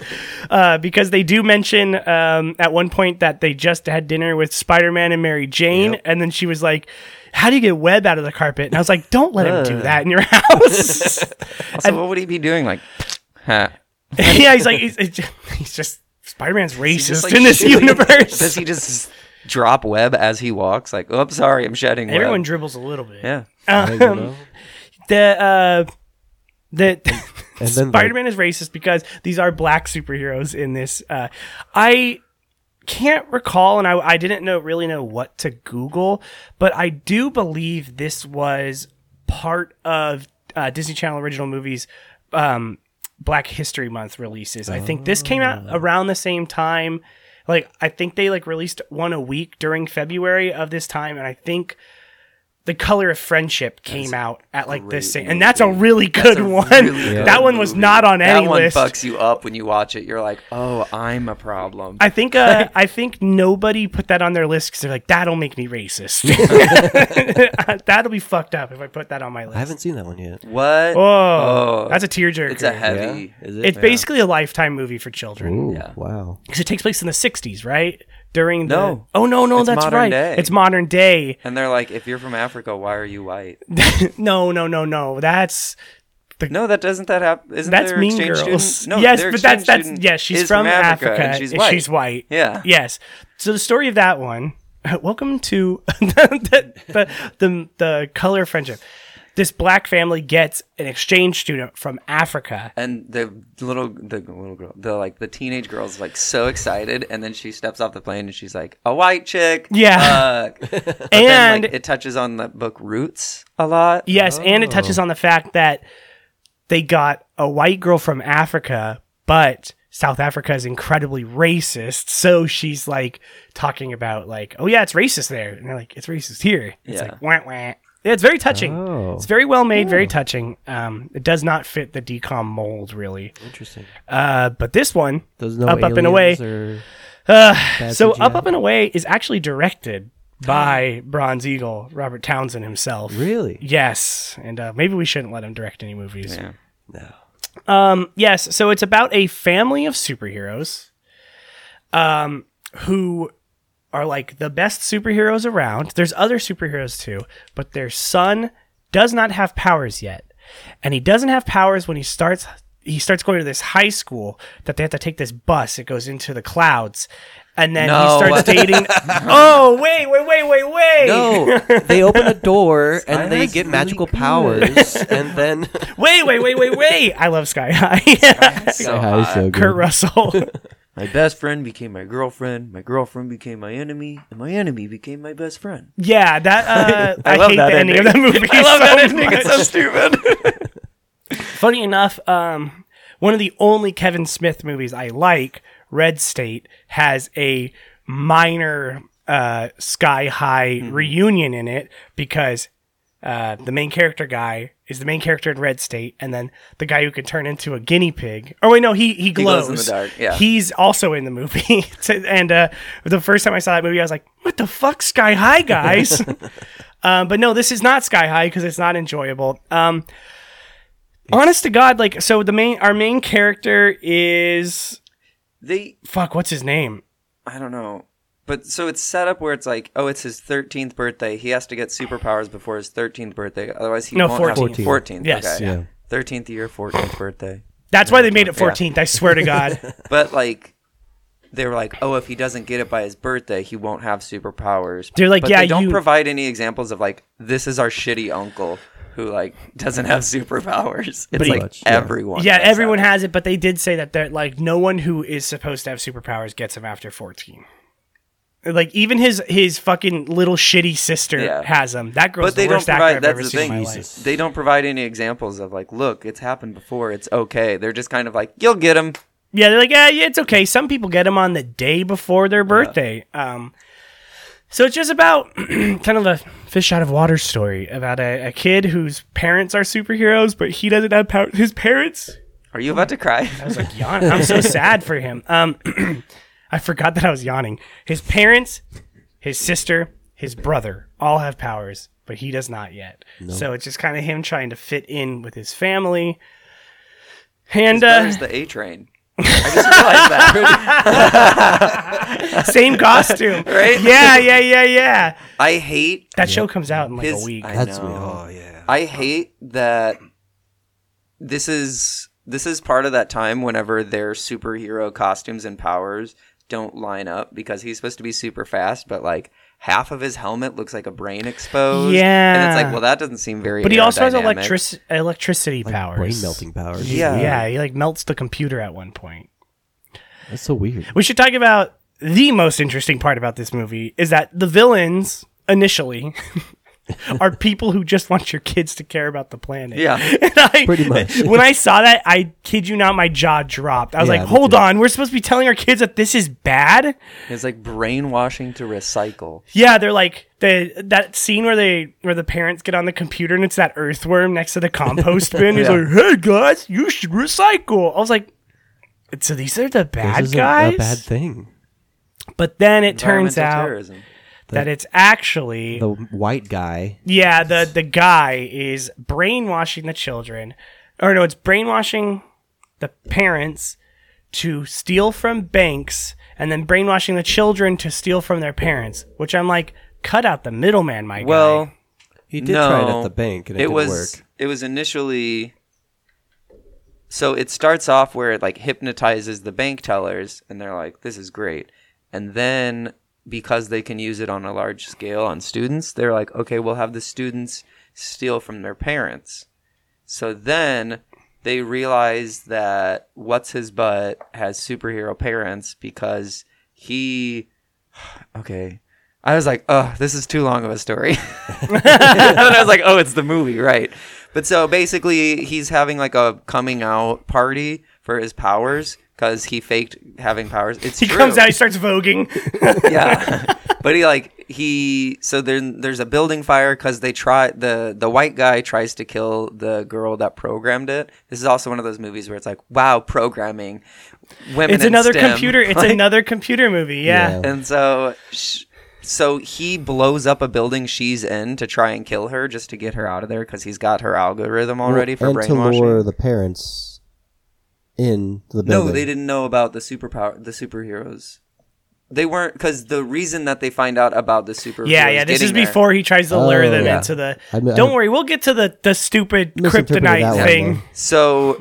uh, because they do mention um, at one point that they just had dinner with Spider-Man and Mary Jane, and then she was like, "How do you get web out of the carpet?" And I was like, "Don't let him
Uh.
do that in
<laughs>
your house." <laughs>
So what would he be doing? Like, huh.
yeah, he's like, he's, he's just Spider-Man's racist
Just, like,
in this
shooting-
universe.
Does he <laughs> just drop web as he walks? Like, oh, I'm sorry, I'm shedding
Everyone
web.
dribbles a little bit.
yeah.
<laughs> Um, the uh, the
and then the-
Spider Man is racist because these are black superheroes in this. Uh, I can't recall, and I, I didn't know really know what to Google, but I do believe this was part of uh, Disney Channel original movies. Um, Black History Month releases. I think this came out around the same time. Like I think they like released one a week during February of this time, and I think the Color of Friendship came out at like this same, and that's a really good one. that one was not on
That
any
one
list.
fucks you up when you watch it. You're like, oh, I'm a problem.
I think uh, I think nobody put that on their list because they're like, that'll make me racist. <laughs> that'll be fucked up if I put that on my list.
I haven't seen that one yet.
what? Oh.
Whoa, Oh. that's a tearjerker.
It's a heavy.
Is
It's basically a lifetime movie for children.
Ooh,
Yeah.
Wow.
because it takes place in the 60s, right? During the
No.
oh no no
It's
that's
modern
right
day.
it's modern day
<laughs> And they're like, if you're from Africa, why are you white?
no no no no that's
No, that doesn't that happen. Isn't
that's
there
Mean
exchange
Girls
student? No,
yes
their
but that's
exchange
that's
student
yes she's
is
from Africa,
and she's white. Yeah.
yes so the story of that <laughs> one welcome to the, the the the color of friendship this black family gets an exchange student from Africa.
And the little, the little girl, the like the teenage girl's like so excited, and then she steps off the plane and she's like a white chick.
Yeah. <laughs>
fuck." But then,
And
like, it touches on the book Roots a lot.
yes, and it
Oh.
touches on the fact that they got a white girl from Africa, but South Africa is incredibly racist. So she's like talking about like, oh yeah, it's racist there. And they're like, it's racist here. It's
Yeah.
like wah wah. Yeah, it's very touching.
Oh.
It's very well made, very touching. Um, it does not fit the decom mold really.
Interesting.
Uh, but this one,
Those no
Up, Up and Away.
aliens or bad
so
CGI?
Up Up and Away is actually directed by Bronze Eagle, Robert Townsend himself.
Really?
Yes, and uh, maybe we shouldn't let him direct any movies.
Yeah.
No.
Um, yes, so it's about a family of superheroes, um, who are like the best superheroes around. There's other superheroes too, but their son does not have powers yet, and he doesn't have powers when he starts. He starts going to this high school that they have to take this bus. It goes into the clouds, and then
No.
he <laughs> starts dating. oh wait, wait, wait, wait, wait!
No, they open a door and they
Skyline's
get
really
magical
good.
powers, and then
Wait, wait, wait, wait, wait! I love <laughs> Sky High.
So hot.
Kurt Russell. <laughs>
My best friend became my girlfriend. My girlfriend became my enemy, and my enemy became my best friend.
Yeah, that uh, I,
love
hate
that
the ending. of that movie. <laughs> I love that ending. It's so
stupid.
funny enough. Um, one of the only Kevin Smith movies I like, Red State, has a minor uh, sky high
Mm-hmm.
reunion in it because uh, the main character guy is the main character in Red State, and then the guy who can turn into a guinea pig. Oh wait, no, he he glows.
glows in the dark, yeah.
he's also in the movie. <laughs> So- and uh, the first time I saw that movie, I was like, "What the fuck, Sky High
<laughs>
guys?" um, but no, this is not Sky High because it's not enjoyable. Um, honest to God, like so the main our main character is
they,
fuck. What's his name?
I don't know, but so it's set up where it's like, oh, it's his thirteenth birthday. He has to get superpowers before his thirteenth birthday, otherwise he
No,
won't
14th.
have fourteenth.
Yes.
okay.
Yeah.
thirteenth year, fourteenth birthday.
That's why they made it 14th. I swear to
<laughs>
God.
But like, they were like, oh, if he doesn't get it by his birthday, he won't have superpowers.
They're like,
but
yeah,
they don't
you-
provide any examples of like, this is our shitty uncle who like
<laughs>
doesn't have superpowers. It's
Pretty
like
much, yeah.
everyone.
yeah,
does that.
everyone has it, but they did say that they're like no one who is supposed to have superpowers gets them after 14. Like even his his fucking little shitty sister
Yeah.
has them. That girl's
But they
the
don't
worst actor
provide.
I've ever
That's the
seen in my
thing.
life.
They don't provide any examples of like, look, it's happened before. It's okay. They're just kind of like, you'll get him.
Yeah, they're like, yeah, yeah, it's okay. Some people get them on the day before their birthday. Um, so it's just about <clears throat> kind of a fish out of water story about a, a kid whose parents are superheroes, but he doesn't have power. His parents
Are you about to cry? <laughs>
I was like yawning. I'm so sad for him. Um, <clears throat> I forgot that I was yawning. His parents, his sister, his brother all have powers, but he does not yet. So it's just kind of him trying to fit in with his family. And uh,
There's the A train. I just realized that.
<laughs> same costume,
<laughs> Right?
Yeah, yeah, yeah, yeah.
I hate
That show comes out in like
his.
a week.
I
That's
know.
weird. Oh yeah.
I hate that this is this is part of that time whenever their superhero costumes and powers don't line up because he's supposed to be super fast, but like half of his helmet looks like a brain exposed. And it's
Yeah.
like, well that doesn't seem very
but he also has
aerodynamic.
electric- electricity powers.
Brain melting powers.
Yeah.
Yeah, he like melts the computer at one point.
That's so weird.
We should talk about the most interesting part about this movie is that the villains initially <laughs> are people who just want your kids to care about the planet.
<laughs> Yeah.
<laughs> And I,
Pretty much.
when I saw that, I kid you not, my jaw dropped. I was
Yeah,
like,
me
"Hold
too.
on, we're supposed to be telling our kids that this is bad."
It's like brainwashing to recycle.
Yeah, they're like the that scene where they where the parents get on the computer and it's that earthworm next to the compost bin.
<laughs>
He's
Yeah.
like, "Hey guys, you should recycle." I was like, "So these are the bad
this is
guys."
a bad thing.
But then it turns
Environmental
out
terrorism.
that it's actually
The white guy.
yeah the the guy is brainwashing the children or no it's brainwashing the parents to steal from banks and then brainwashing the children to steal from their parents which i'm like cut out the middleman my guy
Well,
He did
no,
try it at the bank, and it, didn't
was
work.
it was initially. So it starts off where it like hypnotizes the bank tellers, and they're like, "This is great," and then because they can use it on a large scale on students, they're like, "Okay, we'll have the students
steal from their parents. So then they realize that what's his butt has superhero parents because he <sighs> okay. I was like, oh, this is too long of a story. <laughs> and I was like, oh, it's the movie, right? But so basically, he's having like a coming out party for his powers because he faked having powers. It's
He
true
comes out, he starts
<laughs>
voguing.
yeah. <laughs> but he like he so then there's a building fire because they try the the white guy tries to kill the girl that programmed it. This is also one of those movies where it's like, wow, programming. Women.
It's
in
another
STEM.
computer.
<laughs>
It's
Like,
another computer movie. Yeah.
And so, sh- so he blows up a building she's in to try and kill her just to get her out of there because he's got her algorithm already for
and
brainwashing.
to lure the parents in the building.
No, they didn't know about the superpower, the superheroes. They weren't because the reason that they find out about the superheroes.
Yeah, yeah. This is
getting there-
before he tries to lure
Oh,
them
yeah.
into the.
I mi- I
don't
mi-
worry, we'll get to the the stupid
Misinterpreted that
kryptonite
one,
thing.
though.
So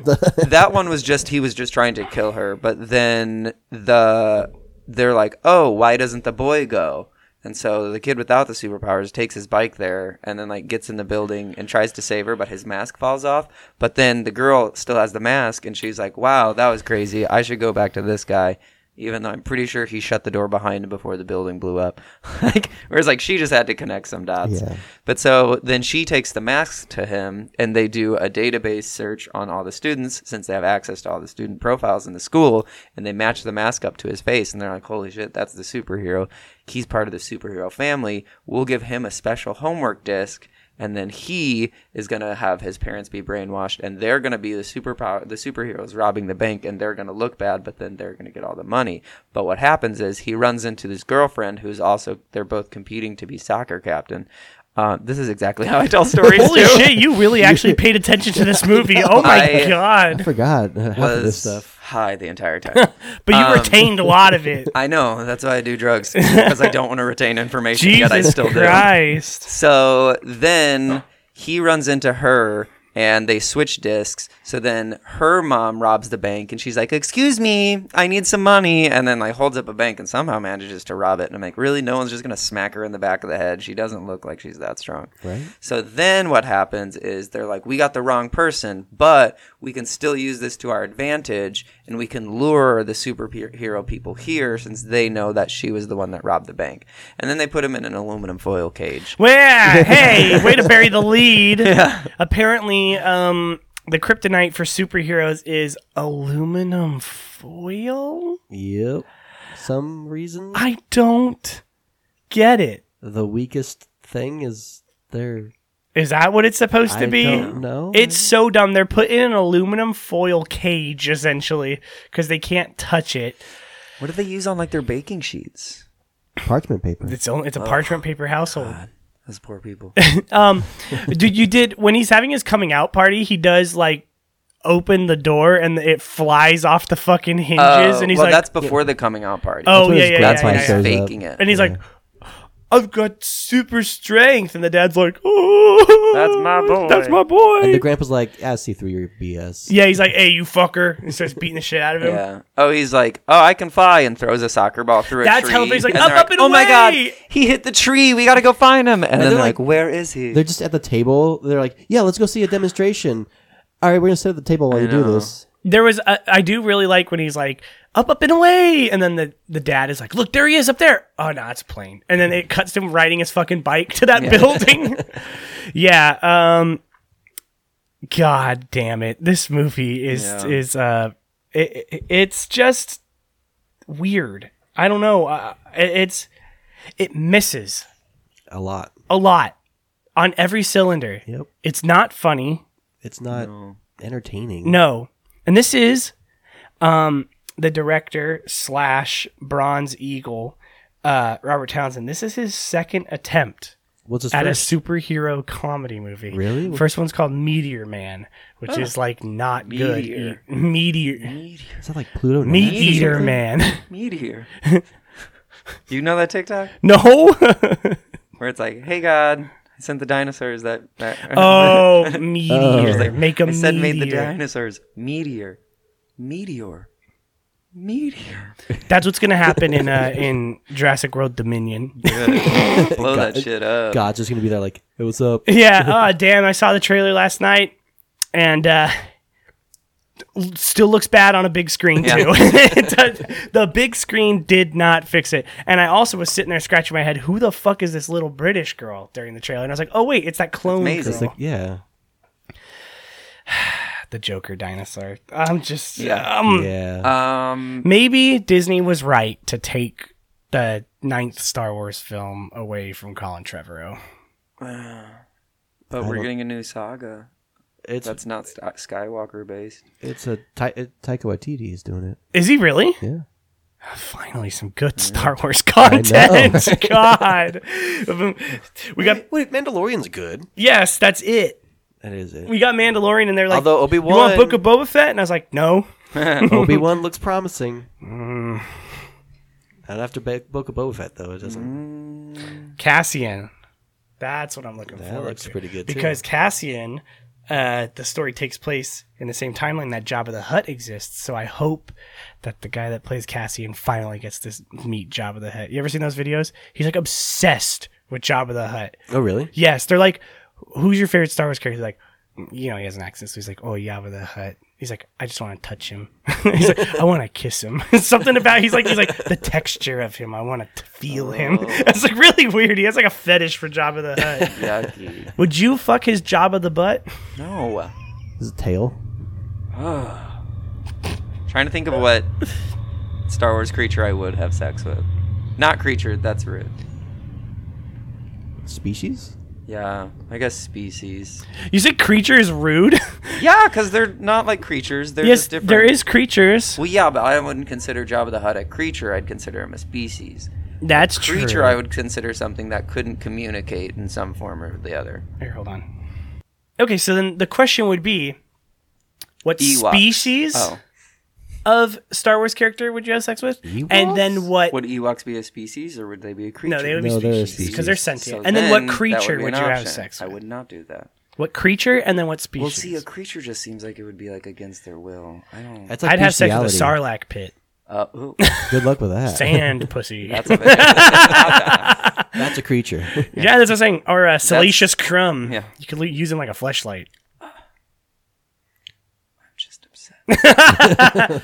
that one was just he was just trying to kill her, but then the they're like, "Oh, why doesn't the boy go?" And so the kid without the superpowers takes his bike there and then like gets in the building and tries to save her, but his mask falls off. But then the girl still has the mask and she's like, "Wow, that was crazy. I should go back to this guy." Even though I'm pretty sure he shut the door behind him before the building blew up. <laughs> like whereas like she just had to connect some dots.
Yeah.
But so then she takes the masks to him, and they do a database search on all the students since they have access to all the student profiles in the school, and they match the mask up to his face, and they're like, "Holy shit, that's the superhero! He's part of the superhero family. We'll give him a special homework disc." And then he is gonna have his parents be brainwashed, and they're gonna be the superpower, the superheroes robbing the bank, and they're gonna look bad, but then they're gonna get all the money. But what happens is he runs into his girlfriend, who's also they're both competing to be soccer captain, uh, this is exactly <laughs> how I tell stories.
Holy
too.
shit, you
<laughs>
really actually paid attention to this movie. Oh my
I-
I
god.
forgot <laughs> half of this
Was
stuff.
high the entire
<laughs>
time.
But you retained a lot of it.
um, <laughs> I know that's why I do drugs because I don't want to retain information. yet I
Jesus
still do.
Christ.
So then he runs into her and they switch discs. So then her mom robs the bank and she's like, Excuse me, I need some money. And then like holds up a bank and somehow manages to rob it. And I'm like, Really? No one's just going to smack her in the back of the head. She doesn't look like she's that strong. Right. So then what happens is they're like, We got the wrong person, but we can still use this to our advantage and we can lure the superhero people here since they know that she was the one that robbed the bank. And then they put him in an aluminum foil cage.
<laughs>
Well, hey, way to bury
<laughs>
the lead. Apparently, um, the kryptonite for superheroes is aluminum foil.
Yep. Some reason
I don't get it.
the weakest thing is their
Is that what it's supposed to
I
be?
don't know.
It's so dumb. They're put in an aluminum foil cage essentially because they can't touch it.
What do they use on like their baking sheets?
parchment paper.
It's only it's a
Oh,
parchment paper household.
Those poor
<laughs>
people.
Dude, you did when he's having his coming out party. He does like open the door and it flies off the fucking hinges, and he's
Oh, well,
like,
that's before the coming out party.
"Oh
what
yeah,
his
yeah, yeah,
that's
grandpa
yeah,
why
yeah,
he's
yeah."
says.
faking it.
And he's like, "I've got super strength," and the dad's like, "Oh,
That's my boy."
That's my boy."
And the grandpa's like, "I see through your BS."
yeah, he's like, "Hey, you fucker!" and starts beating the shit out of him.
yeah. Oh, he's like, oh, I can fly, and throws a soccer ball through a
That's
tree.
how he's like,
And they're
"Up, up, and
oh my god,
away!"
he hit the tree. We gotta go find him. And, then
they're
they're like,
like-
where is he?
They're just at the table. They're like, "Yeah, let's go see a demonstration." All right, we're gonna sit at the table while you do
know.
this.
there was a, I do really like when he's like up up and away and then the, the dad is like look there he is up there oh no it's a plane and then it cuts to him riding his fucking bike to that building <laughs> yeah um god damn it this movie is
Yeah.
is uh it, it- it's just weird i don't know uh, it, it's it misses
A lot.
a lot on every cylinder
Yep.
it's not funny
It's not entertaining.
no. And this is um, the director slash Bronze Eagle, uh, Robert Townsend. This is his second attempt
What's his
at
first?
a superhero comedy movie.
Really?
First one's called Meteor Man, which
Oh.
is like not good. E-, Meteor.
Is that like Pluto?
Meat
<laughs>
Nash?
Eater Man. <laughs>
Meteor. you know that TikTok
no. <laughs>
where it's like, hey God, I sent the dinosaurs that.
<laughs>
that <laughs>
oh, Meteor.
Like,
Make a
I said made the
meteor.
dinosaurs meteor, meteor.
meteor.
That's what's gonna happen in uh, in Jurassic World Dominion.
<laughs> Blow that shit up.
God's just gonna be there, like, "Hey, what's up?"
<laughs>
yeah. Oh damn! I saw the trailer last night, and uh, l- still looks bad on a big screen too. <laughs> It does- the big screen did not fix it. And I also was sitting there scratching my head, who the fuck is this little British girl during the trailer? And I was like, oh wait, it's that clone
amazing.
girl,
Like, yeah,
the Joker dinosaur. I'm just
Yeah.
um,
yeah.
Um,
maybe Disney was right to take the ninth Star Wars film away from Colin Trevorrow.
but we're getting a new saga.
it's
That's not Sk- Skywalker based.
it's a Ta- it- Taika Waititi is doing it.
Is he really?
Yeah.
Finally, some good Star
<laughs>
Wars content. God, we got
Wait, Mandalorian's good.
yes, that's it.
That is it.
We got Mandalorian, and they're like,
Although
you want
Obi-Wan-
Book of Boba Fett?" And I was like, "No."
Obi Wan looks promising.
Mm.
Not after Ba- Book of Boba Fett though. It
Mm.
doesn't.
Cassian, that's what I'm looking for. forward
looks
to.
pretty good, too.
because Cassian, uh, the story takes place in the same timeline that Jabba the Hutt exists. So I hope that the guy that plays Cassian finally gets to meet Jabba the Hutt. You ever seen those videos? He's like obsessed with Jabba the Hutt.
Oh really?
Yes, they're like, "Who's your favorite Star Wars character?" Like, you know, he has an accent, so he's like, "Oh, Jabba the Hutt." He's like, "I just want to touch him." <laughs> he's like, "I want to kiss him." <laughs> Something about he's like, he's like the texture of him. I want to feel him.
Oh.
<laughs> It's like really weird. He has like a fetish for Jabba the
<laughs>
Hutt.
<laughs>
Yucky.
Would you fuck his Jabba the butt?
no.
His tail.
Trying to think of what Star Wars creature I would have sex with. Not creature. That's rude.
Species.
Yeah, I guess species.
You said creature is rude.
Yeah, because they're not like creatures. They're
yes,
just different.
there is creatures.
Well, yeah, but I wouldn't consider Jabba the Hutt a creature. I'd consider him a species.
That's
Creature,
true.
I would consider something that couldn't communicate in some form or the other.
Here, hold on. Okay, so then the question would be, what
Ewoks.
species?
Oh,
of Star Wars character would you have sex with? And then what?
would Ewoks be a species or would they be a creature?
no, they would be
No, they're a
species because they're
species.
sentient. and then, what
that
creature
be
would,
an
you
option.
have sex
I
with?
would not do that.
What creature and then what species?
Well, see, a creature just seems like it would be like against their will. I don't.
That's like
I'd have sex with a
bestiality.
sarlacc pit,
Uh,
<laughs>
ooh,
Good luck with that.
<laughs>
sand pussy.
that's a bit-
That's a creature.
yeah, that's what I'm saying. Or a salacious crumb.
Yeah.
you could le- use him like a fleshlight.
<laughs>
just upset.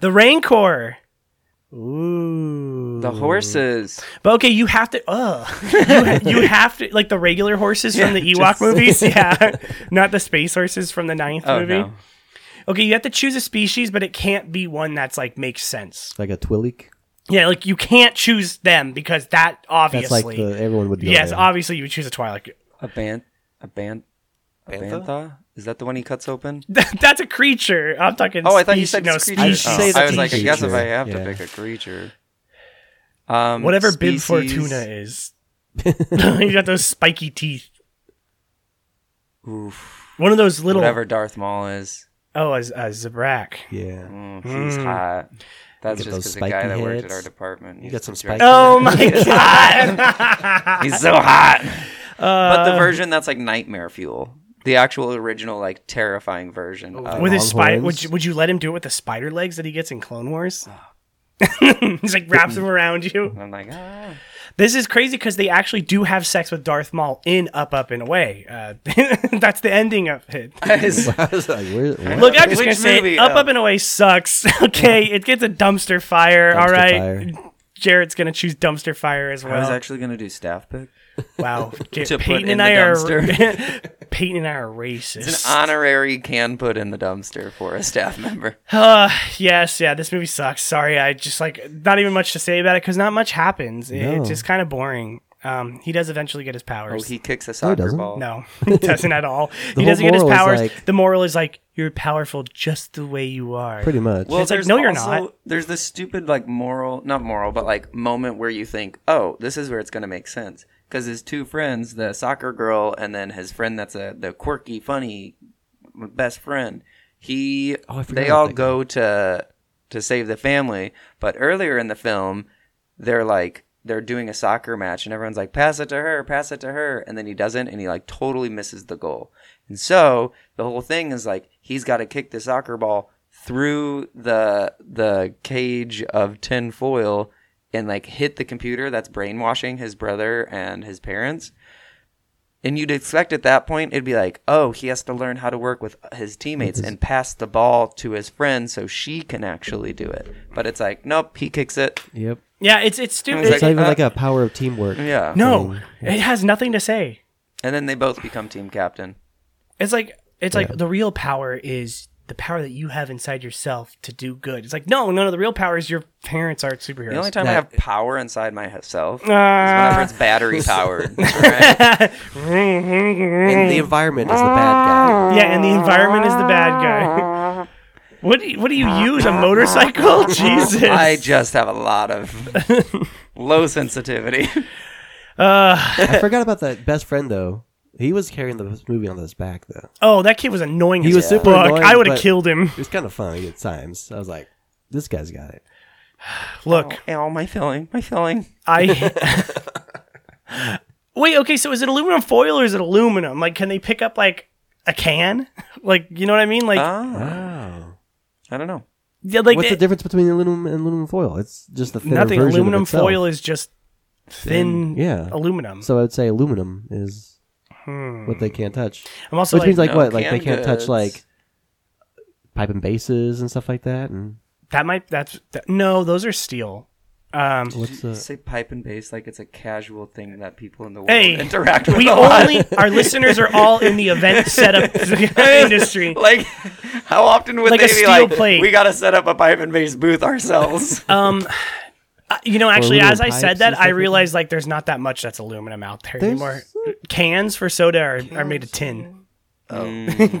The rancor. <laughs> Ooh.
The horses.
But okay, you have to. Ugh. you, ha-
<laughs>
you have to like the regular horses from the Ewok movies. Yeah, not the space horses from the ninth
Oh
movie.
no.
Okay, you have to choose a species, but it can't be one that's like makes sense.
like a Twi'lek.
Yeah, like you can't choose them because that
That's
obviously.
like the, everyone would go
yes,
there.
obviously you would choose a <laughs> Twilight.
A ban, a ban, a
Bantha?
bantha. Is that the one he
<laughs>
cuts open?
that's a creature. I'm talking.
Oh, I thought you
species-
said
no
it's a creature.
species.
I say
Oh, I was like, I guess if
creature.
I have
Yeah.
to pick a creature, um,
Whatever Bib
species-
Fortuna
<laughs>
is, <laughs> you got those spiky teeth. One of those little.
whatever Darth Maul is,
Oh, a,
<laughs>
a Zabrak.
Yeah.
mm, he's hot. That's
Get
just
those
because the guy
spiky
that worked at
heads.
our department.
You got some
spice.
spiky.
Oh <laughs> my god!
He's so hot. but
Uh,
the version that's like nightmare fuel, the actual original like terrifying version. of,
With his spider,
Longhorns.
would you, would you let him do it with the spider legs that he gets in Clone Wars?
Oh.
<laughs> He's like
<laughs>
wraps them around you.
I'm like,
<laughs>
ah.
This is crazy because they actually do have sex with Darth Maul in Up, Up, and Away. Uh, <laughs> that's the ending of it.
I was like, where, what?
Look, I'm just
Which
gonna say,
movie?
Up,
Oh.
Up, and Away sucks. <laughs> okay, it gets a dumpster fire. all
Dumpster
right,
fire.
Jared's gonna choose dumpster fire as
I was
well.
actually gonna do staff pick.
wow, J-
<laughs> To put
Peyton
in
and I
the
are
dumpster.
<laughs> Peyton and I are
It's
racist.
an honorary can put in the dumpster for a staff <laughs> member.
Uh, yes, yeah, this movie sucks. Sorry, I just like not even much to say about it because not much happens. It-
No.
It's just kind of boring. Um, he does eventually get his powers.
Oh, he kicks a
he
soccer
doesn't.
ball.
<laughs>
No, he doesn't at all. he
whole
doesn't get his
moral is
powers.
like-
the moral is like you're powerful just the way you are.
Pretty much.
Well,
It's like,
there's
no, you're
also-
not.
There's this stupid like moral, not moral, but like moment where you think, oh, this is where it's gonna make sense because his two friends, the soccer girl and then his friend that's a the quirky, funny best friend, he,
Oh, I forgot
they
about
all
that
go to to save the family, but earlier in the film, they're like. They're doing a soccer match and everyone's like, pass it to her, pass it to her. And then he doesn't and he like totally misses the goal. And so the whole thing is like, he's got to kick the soccer ball through the the cage of tin foil and like hit the computer that's brainwashing his brother and his parents. And you'd expect at that point it'd be like, oh, he has to learn how to work with his teammates and pass the ball to his friend so she can actually do it. But it's like, nope, he kicks it.
Yep.
Yeah, it's it's stupid.
It's
It's not even
Uh,
like a power of teamwork.
Yeah.
no, it has nothing to say.
And then they both become team captain.
It's like it's like the real power is the power that you have inside yourself to do good. It's like no, no, no. The real power is your parents aren't superheroes.
The only time I have power inside myself is
Ah.
whenever it's
<laughs>
battery powered. right?
And the environment is the
<laughs>
bad guy.
yeah, and the environment is the bad guy. <laughs> what do you, what do you use a motorcycle? <laughs> Jesus.
<laughs> I just have a lot of <laughs> low <laughs> sensitivity.
I forgot about that best friend though. He was carrying the movie on his back though.
oh, that kid was annoying.
He
as
was super
fuck.
annoying,
I would have
but-
killed him.
It was kind of funny at times. I was like, this guy's got it.
Look,
Ow, my feeling, my feeling.
I. <laughs> Wait, okay, so is it aluminum foil or is it aluminum? Like, can they pick up, like, a can? <laughs> Like, you know what I mean? Like,
Ah,
Wow.
I don't know.
yeah, like
What's
they-
the difference between aluminum and aluminum foil? It's just a thinner
nothing.
version
Aluminum
of itself.
foil is just thin,
Yeah.
aluminum.
So I would say aluminum is what they can't touch,
I'm also
which
like,
means like
no
what? Like they can't
canned goods.
touch like pipe and bases and stuff like that. And
that might, that's, that, no, those are steel. Um,
what's the?
Say pipe and bass like it's a casual thing that people in the world
Hey,
interact with.
we
a lot.
only, our listeners are all in the event setup <laughs> industry.
<laughs> like how often would
Like a
they be
steel
like,
plate. Uh,
we gotta set up a pipe and bass
<laughs>
booth ourselves?
You know, actually,
aluminum
as I
pipes
said
and
that,
stuff
I
like that.
realized like there's not that much that's aluminum out there
There's-
anymore. Uh, Cans for soda are, are made of tin. Oh.
Mm.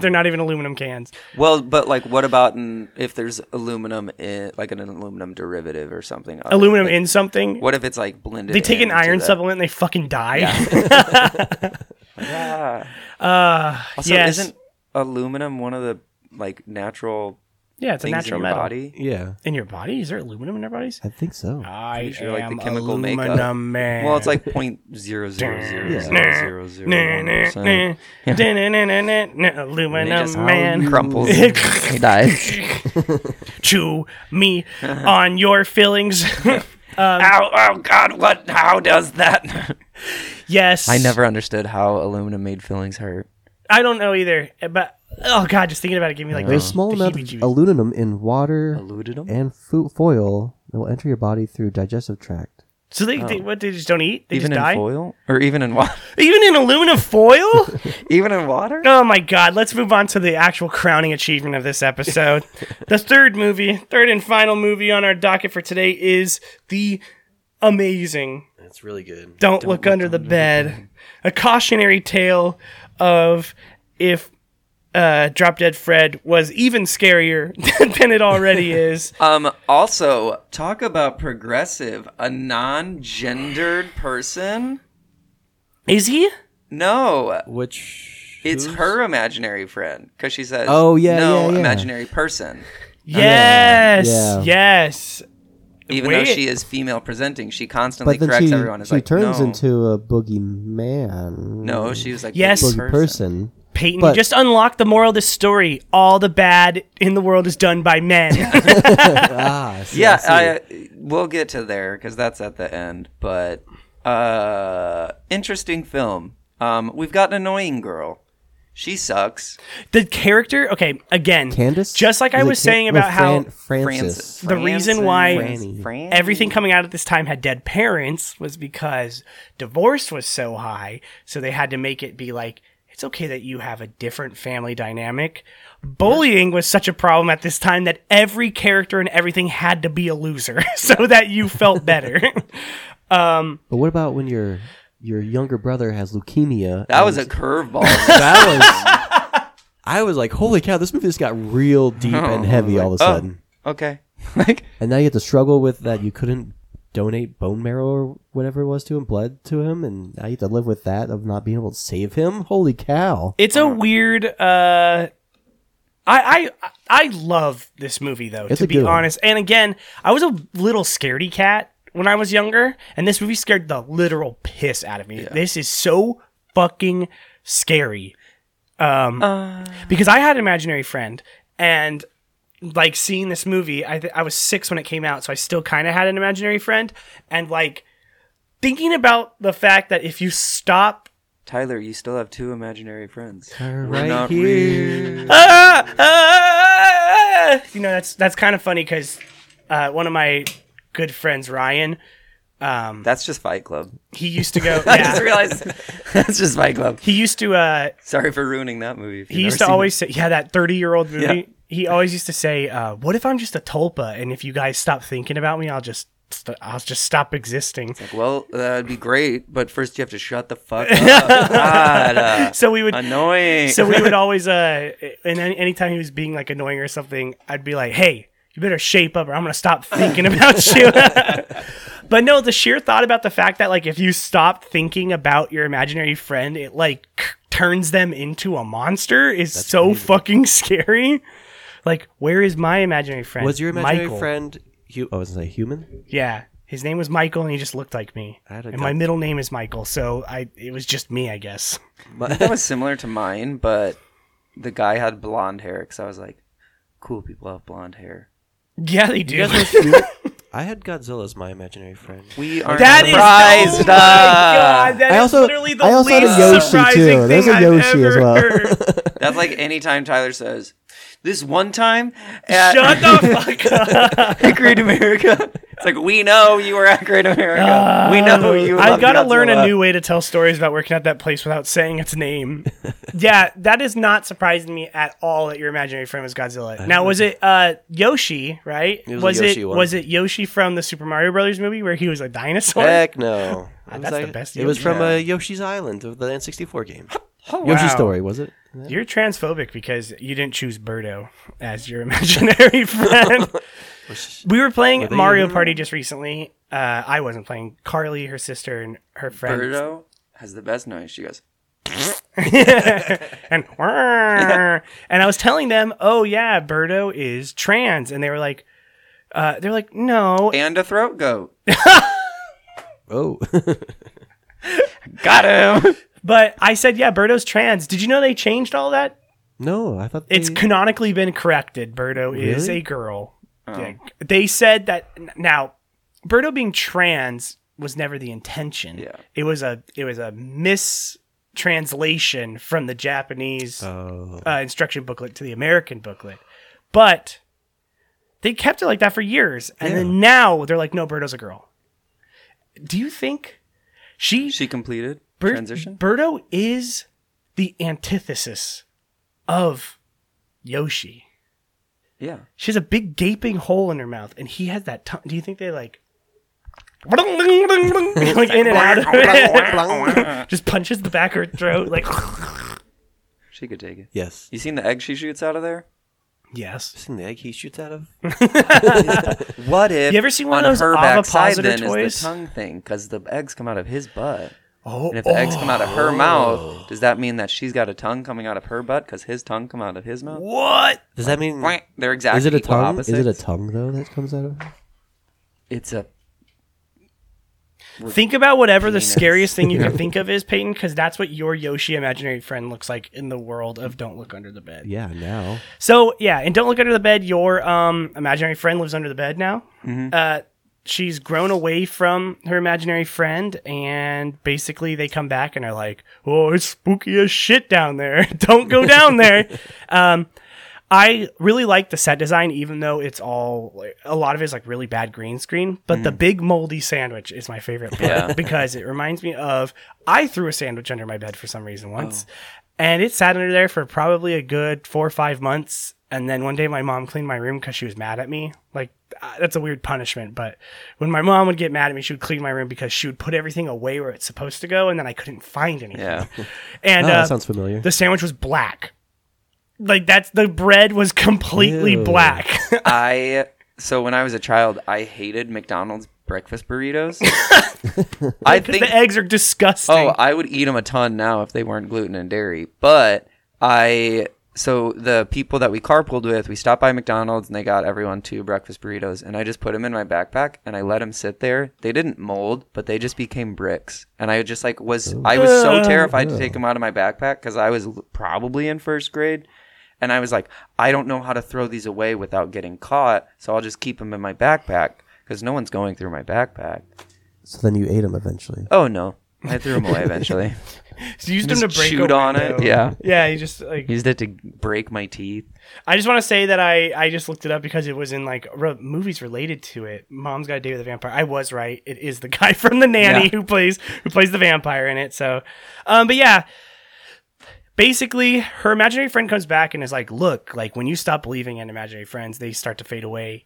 <laughs> They're not even aluminum cans.
well, but like, what about in, if there's aluminum, in, like an aluminum derivative or something? other-
Aluminum
like,
in something.
What if it's like blended?
They take an
into
iron
that?
supplement and they fucking die.
Yeah. Also,
yes.
isn't aluminum one of the like natural
<laughs> yeah, it's a
things
natural
in your
metal.
body?
Yeah,
In your body? Is there aluminum in our bodies?
I think so.
I
sure, like, the
am
chemical makeup.
aluminum man. <laughs>
Well, it's like point zero zero zero zero zero zero one percent.
aluminum man.
Crumples. he dies.
<laughs> Chew
<laughs>
me on your fillings.
Ow, oh God! What? How does that?
<laughs> yes.
I never understood how aluminum made feelings hurt.
I don't know either. But oh god, just thinking about it gave me like
There's a small
the
amount of
heebie-jeebies.
aluminum in water
Aluminum?
and fo- foil that will enter your body through digestive tract.
So they, they what they just don't eat? They
Even
just
in
die?
foil, or even in water,
Even in aluminum foil? <laughs>
even in water.
oh my god, let's move on to the actual crowning achievement of this episode. the third movie, third and final movie on our docket for today is the amazing
That's really good.
Don't, look, under the bed. A cautionary tale of if uh, Drop Dead Fred was even scarier <laughs> than it already is.
Um. Also, talk about progressive. A non-gendered person.
Is he?
No,
Which
it's her imaginary friend because she says,
Oh, yeah,
no,
yeah, yeah.
imaginary person."
Yes.
Oh, Yeah.
Yes.
Even
Wait.
though she is female presenting, she constantly
but then
corrects
she,
everyone. It's
she
like,
turns
no,
into a boogeyman.
no. She was like,
Yes.
"Boogie
boogie person.
Peyton,
But-
just unlock the moral of this story. All the bad in the world is done
<laughs>
by men.
Ah, I see, I
Yeah,
see.
I, we'll get to there because that's at the end. But uh, interesting film. Um, we've got an annoying girl. She sucks.
the character, okay, again,
Candace.
just like I
Is it
was
Can-
saying
no,
about how
Fran- Francis.
Francis.
The reason why-
Francis- Fran-
everything coming out at this time had dead parents was because divorce was so high, so they had to make it be like it's okay that you have a different family dynamic. Bullying was such a problem at this time that every character and everything had to be a loser <laughs> so that you felt
<laughs>
better.
But what about when your your younger brother has leukemia?
<laughs> That
and-
was
<laughs>
a curveball.
that was. <laughs> I was like, holy cow! This movie just got real deep
<laughs>
and heavy all of a
Oh.
sudden,
okay. <laughs> Like
and now you have to struggle with that. You couldn't donate bone marrow or whatever it was to him, blood to him, and now you have to live with that of not being able to save him. Holy cow!
it's a weird uh I, I I love this movie though,
It's
to
a
be
good one.
honest. And again, I was a little scaredy cat when I was younger, and this movie scared the literal piss out of me. This is so fucking scary. Um, because I had an imaginary friend, and like seeing this movie, I th- I was six when it came out, so I still kind of had an imaginary friend, and like thinking about the fact that if you stop,
Tyler, you still have two imaginary friends.
right
not
here.
ah, ah, you know that's that's kind of funny because uh, one of my good friends, Ryan,
That's just Fight Club. <laughs>
he used to go. Um,
I just
Yeah, <laughs>
realized that's just Fight Club.
he used to uh,
Sorry for ruining that movie. if you've
he used
never
to
seen
always say, yeah, that 30 year old movie.
Yeah.
He always used to say, uh, what if I'm just a tulpa? And if you guys stop thinking about me, I'll just, st- I'll just stop existing.
it. Well, that'd be great, but first you have to shut the
<laughs>
fuck up. God, uh,
So we would,
annoying.
so
<laughs>
we would always, uh, and any, anytime he was being like annoying or something, I'd be like, hey, you better shape up or I'm going to
<laughs>
stop thinking about you. <laughs> but no, the sheer thought about the fact that like, if you stop thinking about your imaginary friend, it like turns them into a monster is so fucking scary. Like, where is my imaginary friend?
Was your imaginary
Michael.
friend? Hu- oh, I was gonna say human.
Yeah. His name was Michael and he just looked like me.
I had a
And my
gut-
middle name is Michael, so I it was just me, I guess.
that was similar to mine, but the guy had blonde hair because I was like, cool people have blonde hair.
Yeah, they do.
I had Godzilla as my imaginary friend.
We aren't
That is
surprised.
oh <laughs> my
uh.
God, that
I
is
also-
literally the
I also had a
least
Yoshi,
surprising
too.
thing
There's a
I've
Yoshi as
ever
well. <laughs>
heard.
That's like any time Tyler says, this one time at <laughs>
Shut the
<laughs>
fuck up. <laughs>
Great America. It's like, we know you were at Great America. we know you
Uh, I've
loved
got to learn a
Godzilla."
new way to tell stories about working at that place without saying its name.
<laughs>
yeah, that is not surprising me at all that your imaginary friend was Godzilla. Now, was it uh, Yoshi? Right?
was a Yoshi
it
one.
was it Yoshi from the Super Mario Brothers movie where he was a dinosaur?
Heck
<laughs>
no. It was
that's the best
It was
Yoshi.
from uh, Yoshi's Island of the N64 game.
wow.
Yoshi story was it?
You're transphobic because you didn't choose Birdo as your <laughs> imaginary friend. we were playing
they
Mario
even-
Party just recently. Uh, I wasn't playing. Carly, her sister, and her friend.
Birdo has the best noise. She goes,
<laughs> and and I was telling them, "Oh yeah, Birdo is trans," and they were like, uh, "They're like, no,
and a throat goat.
Oh, <laughs>
Got him.
But I said, yeah, Birdo's trans. Did you know they changed all that?
no, I thought
It's
they-
canonically been corrected. Birdo is
Really?
a girl. Yeah. They said that n- now Birdo being trans was never the intention.
Yeah.
It was a it was a mistranslation from the Japanese
Oh.
uh, instruction booklet to the American booklet. But they kept it like that for years. And then now they're like, no, Birdo's a girl. Do you think she
She completed
Bir-
transition.
Birdo is the antithesis of Yoshi.
Yeah.
She has a big gaping hole in her mouth, and he has that tongue. Do you think they like, <laughs> like in and out of it? <laughs> Just punches the back of her throat. Like, <laughs>
She could take it.
Yes.
You seen the egg she shoots out of there?
yes.
Seen the egg he shoots out of?
What if
You ever seen one of
on
those
her backside
ovipositor
then
toys?
is the tongue thing? Because the eggs come out of his butt.
Oh,
And if the eggs come out of her mouth, does that mean that she's got a tongue coming out of her butt? Because his tongue come out of his mouth.
what?
Does that mean?
They're exactly
Is it a
equal
tongue? Is it
opposites.
a tongue though that comes out
Uh,
of?
It's a
Think about whatever
Penis.
the scariest thing you can think of is, Peyton, because that's what your Yoshi imaginary friend looks like in the world of Don't Look Under the Bed.
Yeah. Now.
So yeah, and don't look under the bed. Your um imaginary friend lives under the bed now. Uh, she's grown away from her imaginary friend, and basically they come back and are like, "Oh, it's spooky as shit down there. <laughs> don't go down there." um, I really like the set design, even though it's all like, a lot of it is like really bad green screen. But the big moldy sandwich is my favorite part
Mm. Yeah. <laughs>
because it reminds me of I threw a sandwich under my bed for some reason
Oh.
once, and it sat under there for probably a good four or five months. And then one day my mom cleaned my room because she was mad at me. Like uh, that's a weird punishment, but when my mom would get mad at me, she would clean my room because she would put everything away where it's supposed to go, and then I couldn't find anything. <laughs>
yeah.
And
oh,
uh,
that sounds familiar.
the sandwich was black. Like that's the bread was completely
Ew.
black.
I so when I was a child, I hated McDonald's breakfast burritos. I think
<laughs> the eggs are disgusting.
oh, I would eat them a ton now if they weren't gluten and dairy. But I so the people that we carpooled with, we stopped by McDonald's and they got everyone two breakfast burritos, and I just put them in my backpack and I let them sit there. They didn't mold, but they just became bricks, and I just like was I was so terrified to take them out of my backpack because I was l- probably in first grade.
And I was like, I don't know how to throw these away without getting caught, so I'll just keep them in my backpack because no one's going through my backpack.
So then you ate them eventually.
Oh no, I threw them away eventually.
So you used
Just
them to break
chewed
a
on it,
window.
yeah.
Yeah, you just like
Used it to break my teeth.
I just want to say that I I just looked it up because it was in like re- movies related to it. Mom's Got a Date with a Vampire. I was right. It is the <laughs> guy from The
Yeah.
Nanny who plays who plays the vampire in it. So, um, but yeah. Basically, her imaginary friend comes back and is like, "Look, like when you stop believing in imaginary friends, they start to fade away,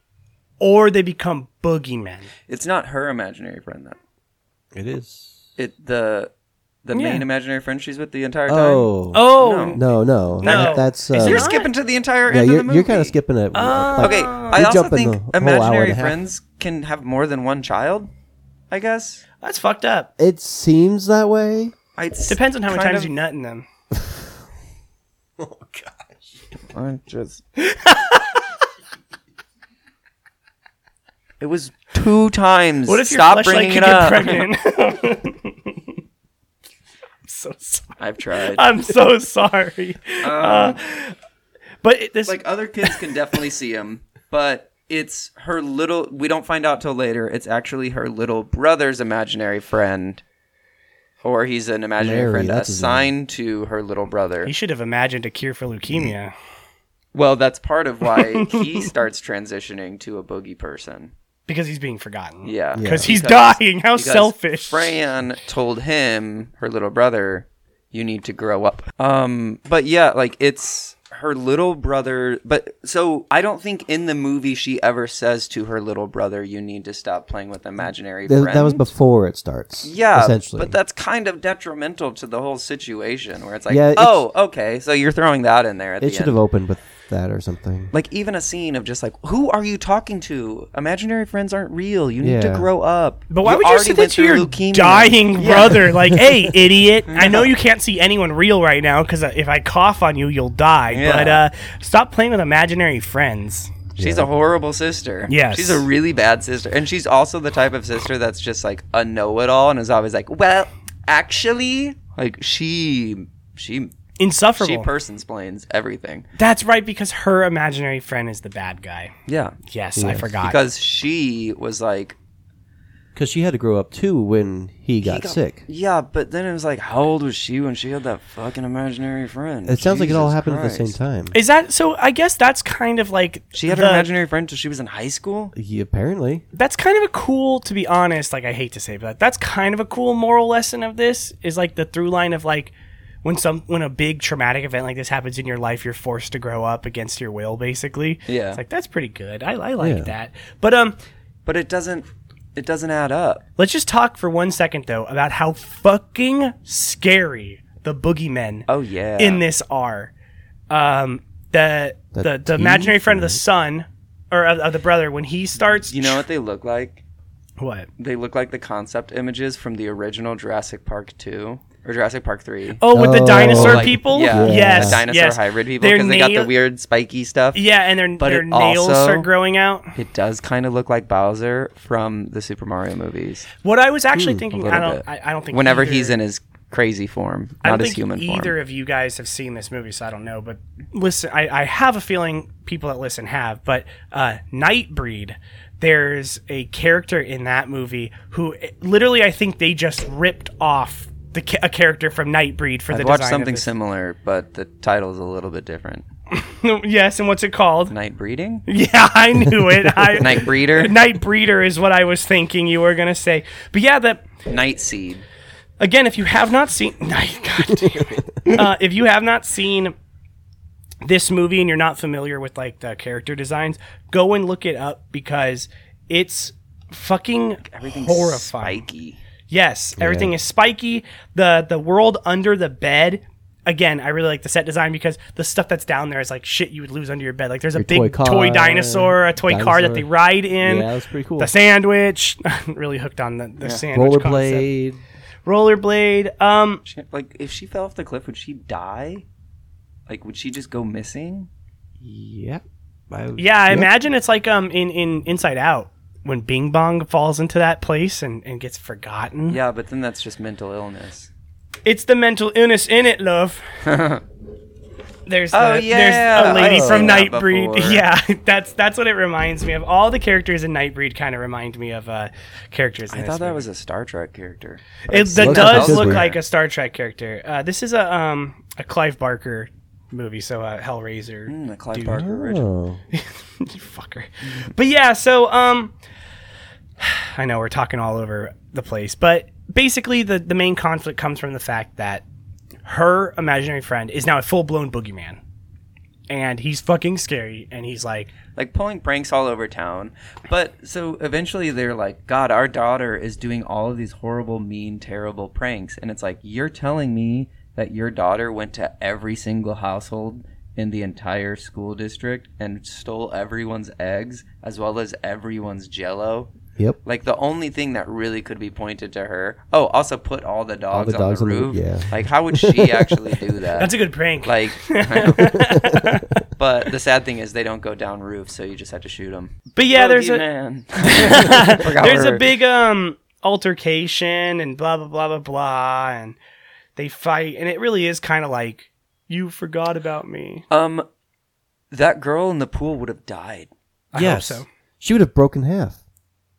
or they become boogeymen."
It's not her imaginary friend though.
It is.
It the the
Yeah.
main imaginary friend she's with the entire time.
Oh.
Oh,
No, no. That- that's.
Is
Uh,
there
You're
not?
skipping to the entire
yeah,
end of
you're,
the movie.
you're kind of skipping it. like,
Okay, I
You're
also
jumping
think
the whole hour and a
imaginary
half.
friends can have more than one child. I guess
that's fucked up.
It seems that way.
it's
Depends on how many
kind
times
of-
you nut in them.
I'm just. it was two times.
What if your
Stop
fleshlight
bringing
could
it
get
up.
pregnant? I'm so sorry.
<laughs> I've tried.
I'm so sorry. Uh, but it, this
like other kids can definitely see
<laughs>
him, but it's her little. We don't find out till later. It's actually her little brother's imaginary friend, or he's an imaginary
Larry,
friend
that's his name.
assigned to her little brother.
you should have imagined a cure for leukemia.
Well, that's part of why
<laughs>
he starts transitioning to a boogie person.
Because he's being forgotten.
Yeah.
Because he's
Because-
dying. How
Because
selfish.
Fran told him, her little brother, you need to grow up. Um, but yeah, like it's her little brother. But so I don't think in the movie she ever says to her little brother, you need to stop playing with imaginary
Th-
friends.
that was before it starts.
Yeah,
essentially.
but that's kind of detrimental to the whole situation where it's like,
Yeah, it's-
oh, okay, so you're throwing that in there at
it
the
should
end.
have opened with that or something.
like even a scene of just like who are you talking to imaginary friends aren't real you need to
Yeah.
grow up
but why would you
already
say that
went
to your
through leukemia.
dying brother? Like, hey, idiot! I know you can't see anyone real right now because if I cough on you, you'll die.
Yeah.
But uh, stop playing with imaginary friends.
she's a horrible sister
Yes.
she's a really bad sister and she's also the type of sister that's just like a know-it-all and is always like well actually like she she she
Insufferable.
person explains everything
That's right, because her imaginary friend is the bad guy.
yeah
Yes, I forgot.
because she was like
Because she had to grow up too when he got, sick.
yeah but then it was like how old was she when she had that fucking imaginary friend
It sounds like it all
Jesus
happened at the same
Christ.
time.
Is that so? I guess that's kind of like
She had
the-
an imaginary friend till she was in high school.
He, apparently,
That's kind of a cool, to be honest. Like I hate to say, but that's kind of a cool moral lesson of this is like the through line of like when some when a big traumatic event like this happens in your life, you're forced to grow up against your will, basically.
Yeah.
it's like that's pretty good. I, I like
Yeah.
that. But um,
But it doesn't. It doesn't add up.
let's just talk for one second though about how fucking scary the boogeymen
Oh yeah.
in this are. Um, the the,
The
the,
teeth,
imaginary friend of the son or of, of the brother when he starts.
you know what they look like?
what?
They look like the concept images from the original Jurassic Park two or Jurassic Park three.
Oh, with the
Oh.
dinosaur
Like,
people.
Yeah.
Yes.
The dinosaur
yes.
hybrid people
Their
because they got the
nail-
weird spiky stuff.
Yeah, and their
But
their
it
nails
also-
start growing out.
It does kind of look like Bowser from the Super Mario movies.
What I was actually
A
thinking,
little
I don't,
bit.
I, I don't think
Whenever
either-
he's in his crazy form,
I
not
don't
his
think
human form.
either of you guys have seen this movie, so I don't know. But listen, I, I have a feeling people that listen have. But uh, Nightbreed, there's a character in that movie who eh, literally I think they just ripped off the ca- a character from Nightbreed for the
I've watched
design of
something
this.
similar, but the title is a little bit different.
<laughs> yes, and what's
<laughs>
it called?
Night breeding.
Yeah, I knew it. I,
Night breeder.
<laughs> Night breeder is what I was thinking you were gonna say. But yeah, that
Night seed.
again, if you have not seen, <laughs> Night, God damn it.
<laughs>
Uh, if you have not seen this movie and you're not familiar with like the character designs, go and look it up because it's fucking
Everything's
horrifying.
Spiky.
Yes, everything is spiky. The the world under the bed. Again, I really like the set design because the stuff that's down there is like shit you would lose under your bed. Like there's a
Your
big toy,
toy car,
dinosaur, a toy car that
dinosaur.
they ride in.
Yeah, that's pretty cool.
The sandwich. <laughs> I'm really hooked on the, the sandwich. concept.
rollerblade.
Rollerblade. Um,
She- like if she fell off the cliff would she die like would she just go missing
Yep. I-
yeah, I
Yep.
imagine it's like um in, in Inside Out when Bing Bong falls into that place and, and gets forgotten.
yeah but then that's just mental illness
It's the mental illness in it, love. There's
Oh,
the-
yeah,
there's a lady
I've
from
seen that
Nightbreed.
before.
<laughs> Yeah, that's that's what it reminds me of. All the characters in Nightbreed kind of remind me of uh, characters. In
I
this
thought that
movie.
was a Star Trek character.
It that
Looks like
does
a
look
Star
like
Trek.
a Star Trek character. Uh, this is a um a Clive Barker movie, so uh, Hellraiser.
Hmm, the Clive Barker original.
Oh.
<laughs> You fucker. But yeah, so um <sighs> I know we're talking all over the place, but basically the the main conflict comes from the fact that her imaginary friend is now a full-blown boogeyman. And he's fucking scary and he's like,
Like pulling pranks all over town. But so eventually they're like, God, our daughter is doing all of these horrible, mean, terrible pranks. And it's like, you're telling me that your daughter went to every single household in the entire school district and stole everyone's eggs as well as everyone's jello?
Yep.
Like the only thing that really could be pointed to her. Oh, also put all the dogs,
the dogs
on
on
the
the-
roof.
yeah.
Like how would <laughs> she actually do that?
that's a good prank.
Like, I know. but the sad thing is they don't go down roofs, so you just have to shoot them.
but yeah, there's
<laughs>
a <laughs>
man.
there's a big um altercation and blah blah blah blah blah and they fight and it really is kind of like you forgot about me.
um. That girl in the pool would have died.
I
yes.
hope so.
She would have broken half.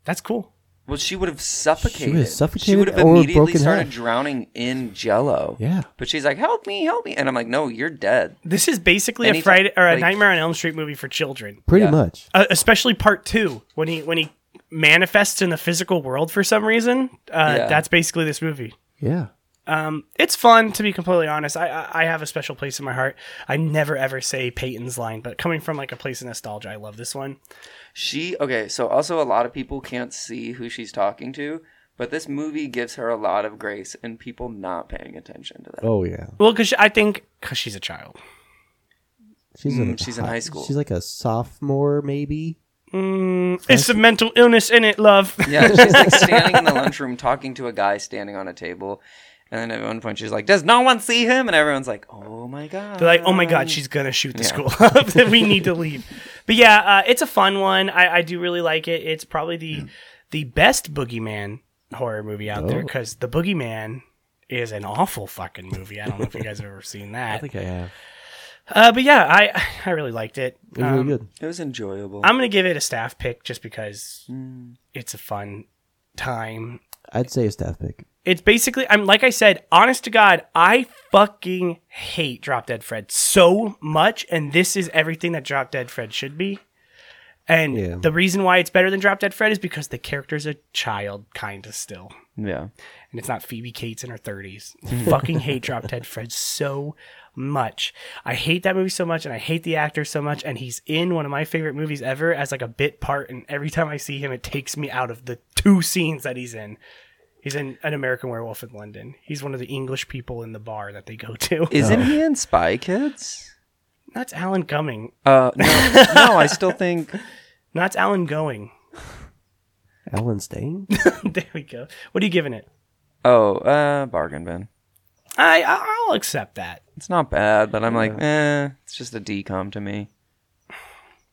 That's cool.
Well, she would have suffocated.
suffocated
She would have
or
immediately
broken
started
half.
drowning in Jello.
Yeah.
But she's like, "Help me, help me!" And I'm like, "No, you're dead."
This is basically a
Anytime-
Friday or a
like-
Nightmare on Elm Street movie for children,
Pretty
Yeah.
much.
uh, especially part two when he when he manifests in the physical world for some reason. Uh,
Yeah.
That's basically this movie. Um,
Yeah.
It's fun to be completely honest. I, I I have a special place in my heart. I never ever say Peyton's line, but coming from like a place of nostalgia, I love this one.
She okay, so also a lot of people can't see who she's talking to, but this movie gives her a lot of grace and people not paying attention <laughs> to that.
Oh yeah.
Well, because I think because she's a child.
She's in
Mm, she's in high school.
She's like a sophomore, maybe.
It's a mental illness in it, love. <laughs>
Yeah, she's like standing in the lunchroom talking to a guy standing on a table. And then at one point she's like, Does no one see him? And everyone's like, Oh my god.
They're like, oh my god, she's gonna shoot the
Yeah.
school <laughs> up. we need to leave. But yeah, uh, it's a fun one. I, I do really like it. It's probably the the best boogeyman horror movie out
Oh.
there because the boogeyman is an awful fucking movie. I don't know if you guys have ever seen that.
<laughs> I have.
Uh, but yeah, I I really liked it. Um,
It was
Um,
really good.
It was enjoyable.
I'm gonna give it a staff pick just because it's a fun time.
I'd say a staff pick.
It's basically I'm like I said, honest to God, I fucking hate Drop Dead Fred so much, and this is everything that Drop Dead Fred should be. And
Yeah.
the reason why it's better than Drop Dead Fred is because the character's a child, kinda still,
yeah.
and it's not Phoebe Cates in her thirties. fucking hate Drop Dead Fred so much. I hate that movie so much, and I hate the actor so much. And he's in one of my favorite movies ever as like a bit part, and every time I see him, it takes me out of the two scenes that he's in. He's in an American Werewolf in London. He's one of the English people in the bar that they go to.
Isn't he in Spy Kids?
<laughs> That's Alan Cumming.
Uh no,
<laughs>
no, I still think
No, That's Alan Going. <laughs>
Alan
<laughs>
Stain.
there we go. What are you giving it?
Oh, uh bargain bin.
I I- I'll accept that.
It's not bad, but I'm like, eh, it's just a decom to me.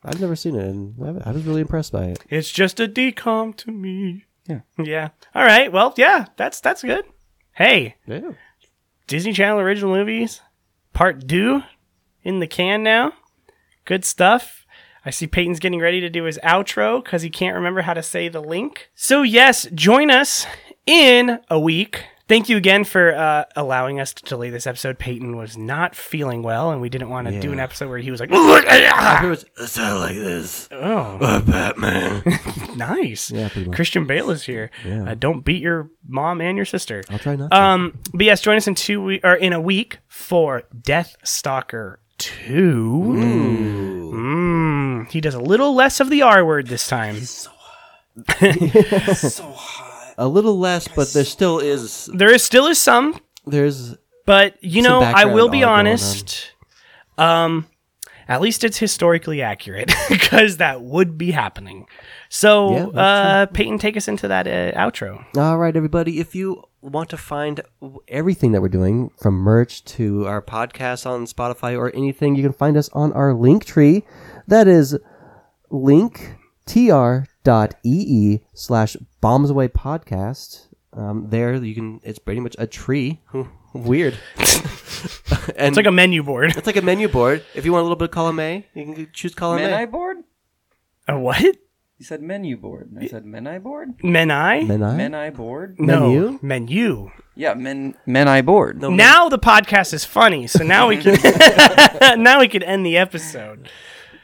I've never seen it, and I I was really impressed by it.
It's just a decom to me.
Yeah.
Yeah. All right. Well, yeah. That's that's good. Hey,
Yeah.
Disney Channel original movies, part two, in the can now. Good stuff. I see Peyton's getting ready to do his outro because he can't remember how to say the link. So yes, join us in a week. Thank you again for uh, allowing us to delay this episode. Peyton was not feeling well, and we didn't want to do an episode where he was like, <laughs>
sound like this.
"Oh,
Batman.
nice."
Yeah, pretty much.
Christian Bale is here. Uh, don't beat your mom and your sister.
I'll try not. To.
Um, but yes, join us in two we- or in a week for Death Stalker Two. Mm. He does a little less of the R word this time.
a little less, but there still is.
There is still is some,
There's
but you
Some
know, I
background
will be
on going
honest. Um, at least it's historically accurate <laughs> because that would be happening. So,
Yeah, that's
uh, Peyton, take us into that uh, outro.
All right, everybody. If you want to find everything that we're doing, from merch to our podcast on Spotify or anything, you can find us on our link tree. That is linktr.ee slash bombs away <laughs> podcast. Um, there you can, it's pretty much a tree. Weird. and
It's like a menu board. <laughs>
it's like a menu board. If you want a little bit of column A, you can g- choose column
Menai
A.
board?
A what?
You said menu board. And I said menai board?
Menai?
Menai?
Menai board?
Menu?
No, menu.
Yeah, men menai board.
No,
Now the podcast is funny, so now we can now we can <laughs> end the episode.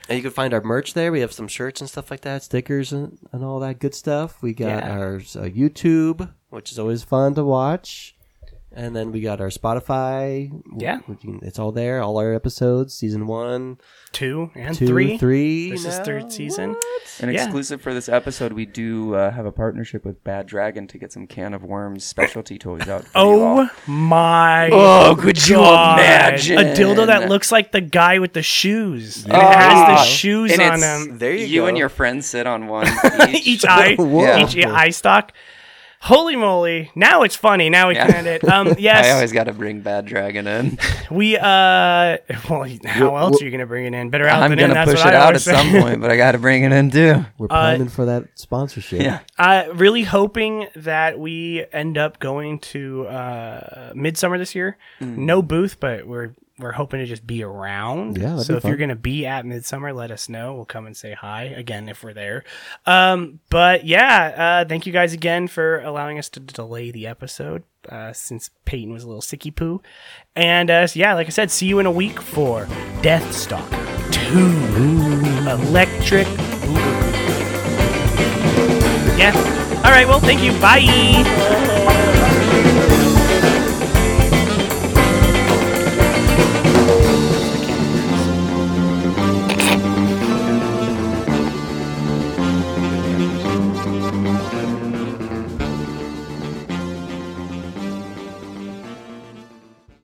And you can find our merch there. We have some shirts and stuff like that, stickers and, and all that good stuff. We got
Yeah.
our uh, YouTube, which is always fun to watch. And then we got our Spotify.
Yeah.
We can- It's all there. All our episodes, season one,
Two and
two,
three.
three.
This is
now.
third season.
And
Yeah.
exclusive for this episode, we do uh, have a partnership with Bad Dragon to get some can of worms specialty toys out. For you all.
Oh my!
Oh, could you
God.
imagine?
a dildo that looks like the guy with the shoes? And
Oh.
it has the shoes
And
on
it's-
him.
There you
You
go.
and your friends sit on one.
<laughs>
Each.
Each eye,
Whoa.
each eye stock. Holy moly! Now it's funny. Now we
Yeah.
can end
<laughs>
it. Um, yes,
I always got to bring Bad Dragon in.
we. Uh, <laughs> well, how else are you gonna bring it in? Better out
I'm
than
gonna
in. That's
push
what
it
I
out at
always say.
some
<laughs>
point, but I got to bring it in too.
We're planning for that sponsorship.
Yeah.
Uh, really hoping that we end up going to uh, midsummer this year.
Mm.
No booth, but we're we're hoping to just be around.
Yeah, that'd
So
be
if
fun.
you're gonna be at midsummer, let us know. We'll come and say hi again if we're there. Um, but yeah, uh, thank you guys again for allowing us to d- delay the episode uh, since Peyton was a little sicky poo. And uh, so yeah, like I said, see you in a week for Death Stalker Two Electric. Boogaloo. Yeah. All right. Well, thank you. Bye.